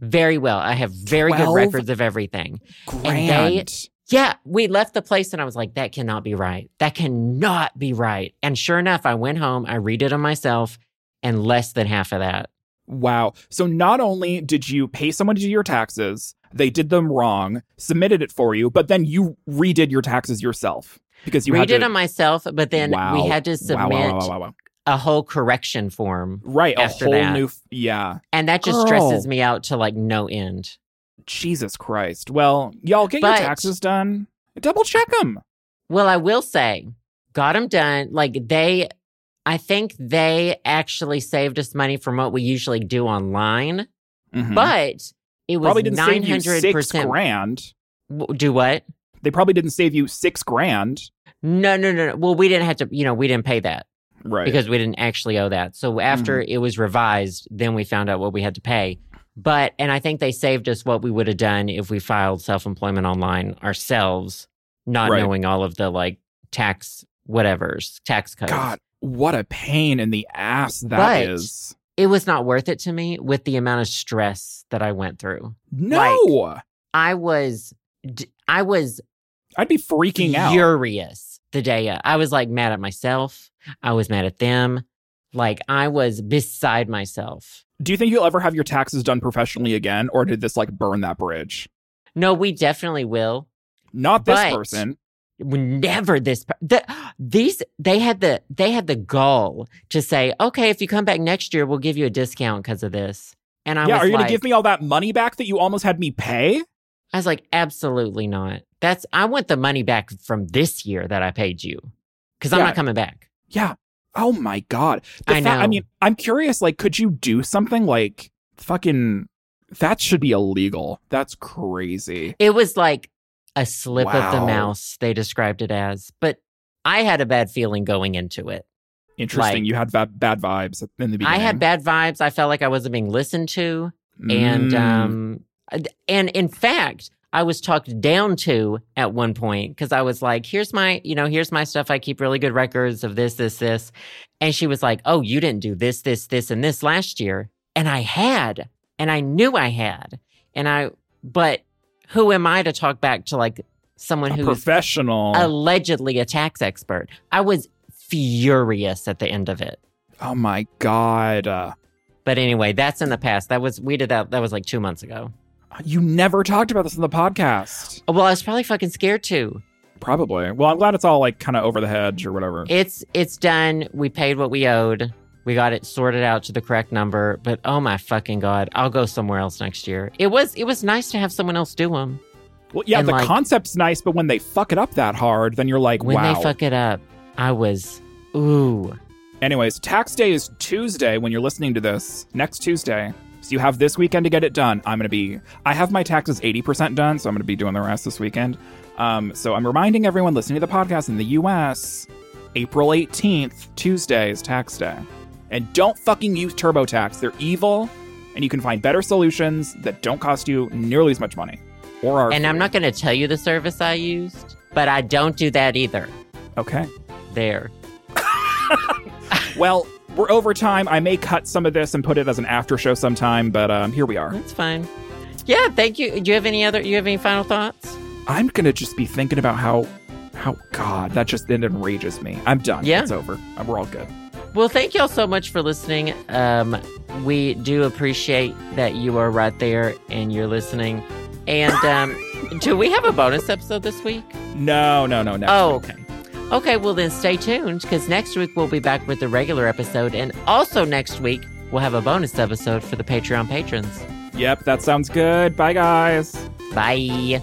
Speaker 1: very well. I have very good
Speaker 2: Twelve
Speaker 1: records of everything.
Speaker 2: Grand.
Speaker 1: Yeah, we left the place and I was like that cannot be right. That cannot be right. And sure enough, I went home, I redid them myself and less than half of that.
Speaker 2: Wow. So not only did you pay someone to do your taxes, they did them wrong, submitted it for you, but then you redid your taxes yourself because you
Speaker 1: redid
Speaker 2: had to.
Speaker 1: them myself, but then
Speaker 2: Wow.
Speaker 1: we had to
Speaker 2: wow,
Speaker 1: submit
Speaker 2: wow, wow, wow, wow.
Speaker 1: a whole correction form.
Speaker 2: Right. A
Speaker 1: After
Speaker 2: whole
Speaker 1: that.
Speaker 2: new. F- yeah.
Speaker 1: And that just
Speaker 2: Girl.
Speaker 1: stresses me out to like no end.
Speaker 2: Jesus Christ. Well, y'all get
Speaker 1: But-
Speaker 2: your taxes done. Double check them.
Speaker 1: Well, I will say, got them done. Like they, I think they actually saved us money from what we usually do online, but It was
Speaker 2: Hmm. Mm-hmm. Probably didn't
Speaker 1: nine
Speaker 2: save you
Speaker 1: hundred
Speaker 2: six
Speaker 1: percent.
Speaker 2: grand.
Speaker 1: Do what?
Speaker 2: They probably didn't save you six grand.
Speaker 1: No, no, no, no. Well, we didn't have to. You know, we didn't pay that
Speaker 2: Right. Mm-hmm.
Speaker 1: because we didn't actually owe that. So after it was revised, then we found out what we had to pay. But and I think they saved us what we would have done if we filed self employment online ourselves, not
Speaker 2: Right.
Speaker 1: knowing all of the like tax whatever's tax codes.
Speaker 2: God, what a pain in the ass that
Speaker 1: But-
Speaker 2: is.
Speaker 1: It was not worth it to me with the amount of stress that I went through.
Speaker 2: No.
Speaker 1: I was d- I was
Speaker 2: I'd be freaking out.
Speaker 1: furious the day of. I was like mad at myself. I was mad at them. Like I was beside myself.
Speaker 2: Do you think you'll ever have your taxes done professionally again, or did this like burn that bridge?
Speaker 1: No, we definitely will.
Speaker 2: Not this
Speaker 1: But-
Speaker 2: person.
Speaker 1: Never this. per- The, these they had the they had the gall to say, okay, if you come back next year, we'll give you a discount because of this. And I
Speaker 2: yeah,
Speaker 1: was
Speaker 2: are you
Speaker 1: like,
Speaker 2: gonna give me all that money back that you almost had me pay?
Speaker 1: I was like, absolutely not. That's I want the money back from this year that I paid you because I'm
Speaker 2: Yeah.
Speaker 1: not coming back.
Speaker 2: Yeah. Oh my god. The
Speaker 1: I
Speaker 2: fa- I
Speaker 1: know.
Speaker 2: mean, I'm curious. Like, could you do something like fucking? That should be illegal. That's crazy.
Speaker 1: It was like a slip of the
Speaker 2: Wow.
Speaker 1: mouse, they described it as. But I had a bad feeling going into it.
Speaker 2: Interesting.
Speaker 1: Like-
Speaker 2: you had va- bad vibes in the beginning.
Speaker 1: I had bad vibes. I felt like I wasn't being listened to. And
Speaker 2: Mm.
Speaker 1: um and in fact, I was talked down to at one point because I was like, here's my, you know, here's my stuff. I keep really good records of this, this, this. And she was like, Oh, you didn't do this, this, this, and this last year. And I had. And I knew I had. And I but who am I to talk back to like someone
Speaker 2: a
Speaker 1: who's
Speaker 2: professional.
Speaker 1: allegedly a tax expert. I was furious at the end of it.
Speaker 2: oh my god. Uh,
Speaker 1: But anyway, that's in the past. That was we did that that was like 2 months ago.
Speaker 2: you never talked about this on the podcast.
Speaker 1: Well, I was probably fucking scared too.
Speaker 2: Probably. Well, I'm glad it's all like kind of over the hedge or whatever.
Speaker 1: It's it's done. We paid what we owed. We got it sorted out to the correct number, but oh my fucking god, I'll go somewhere else next year. It was it was nice to have someone else do them
Speaker 2: well, yeah,
Speaker 1: and,
Speaker 2: the
Speaker 1: like-
Speaker 2: concept's nice, but when they fuck it up that hard, then you're like,
Speaker 1: when
Speaker 2: wow.
Speaker 1: they fuck it up. I was ooh.
Speaker 2: Anyways, tax day is Tuesday when you're listening to this. Next Tuesday. So you have this weekend to get it done. I'm gonna be I have my taxes 80% done, so I'm gonna be doing the rest this weekend. Um, so I'm reminding everyone listening to the podcast in the US, April 18th, Tuesday is tax day. And don't fucking use TurboTax. They're evil, and you can find better solutions that don't cost you nearly as much money. Or are
Speaker 1: And I'm not going to tell you the service I used, but I don't do that either.
Speaker 2: Okay.
Speaker 1: There.
Speaker 2: Well, we're over time. I may cut some of this and put it as an after show sometime, but um, here we are.
Speaker 1: That's fine. Yeah, thank you. Do you have any other? You have any final thoughts?
Speaker 2: I'm gonna just be thinking about how, how God, that just it enrages me. I'm done.
Speaker 1: Yeah.
Speaker 2: it's over. Uh, We're all good.
Speaker 1: Well, thank y'all so much for listening. Um, we do appreciate that you are right there and you're listening. And um, do we have a bonus episode this week?
Speaker 2: No, no, no, no.
Speaker 1: Oh, okay. Okay, well then stay tuned because next week we'll be back with the regular episode, and also next week we'll have a bonus episode for the Patreon patrons.
Speaker 2: Yep, that sounds good. Bye, guys.
Speaker 1: Bye.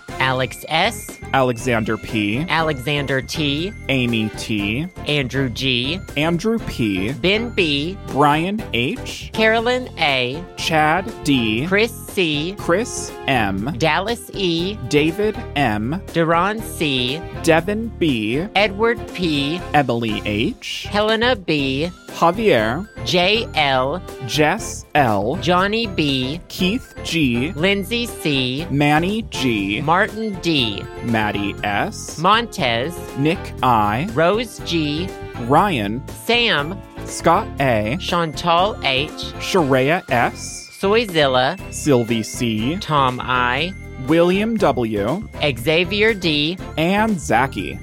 Speaker 1: Alex S.,
Speaker 2: Alexander P.,
Speaker 1: Alexander T.,
Speaker 2: Amy T.,
Speaker 1: Andrew G.,
Speaker 2: Andrew P.,
Speaker 1: Ben B.,
Speaker 2: Brian H.,
Speaker 1: Carolyn A.,
Speaker 2: Chad D.,
Speaker 1: Chris C.,
Speaker 2: Chris M.,
Speaker 1: Dallas E.,
Speaker 2: David M.,
Speaker 1: Duran C.,
Speaker 2: Devin B.,
Speaker 1: Edward P.,
Speaker 2: Emily H.,
Speaker 1: Helena B.,
Speaker 2: Javier,
Speaker 1: J.L.,
Speaker 2: Jess L.,
Speaker 1: Johnny B.,
Speaker 2: Keith G.,
Speaker 1: Lindsay C.,
Speaker 2: Manny G.,
Speaker 1: Martin D.,
Speaker 2: Maddie S.,
Speaker 1: Montez,
Speaker 2: Nick I.,
Speaker 1: Rose G.,
Speaker 2: Ryan,
Speaker 1: Sam,
Speaker 2: Scott A.,
Speaker 1: Chantal H.,
Speaker 2: Sharia S.,
Speaker 1: Soyzilla,
Speaker 2: Sylvie C.,
Speaker 1: Tom I,
Speaker 2: William W.,
Speaker 1: Xavier D,
Speaker 2: and Zaki.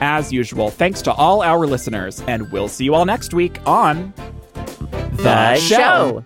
Speaker 2: As usual, thanks to all our listeners, and we'll see you all next week on
Speaker 1: The Show.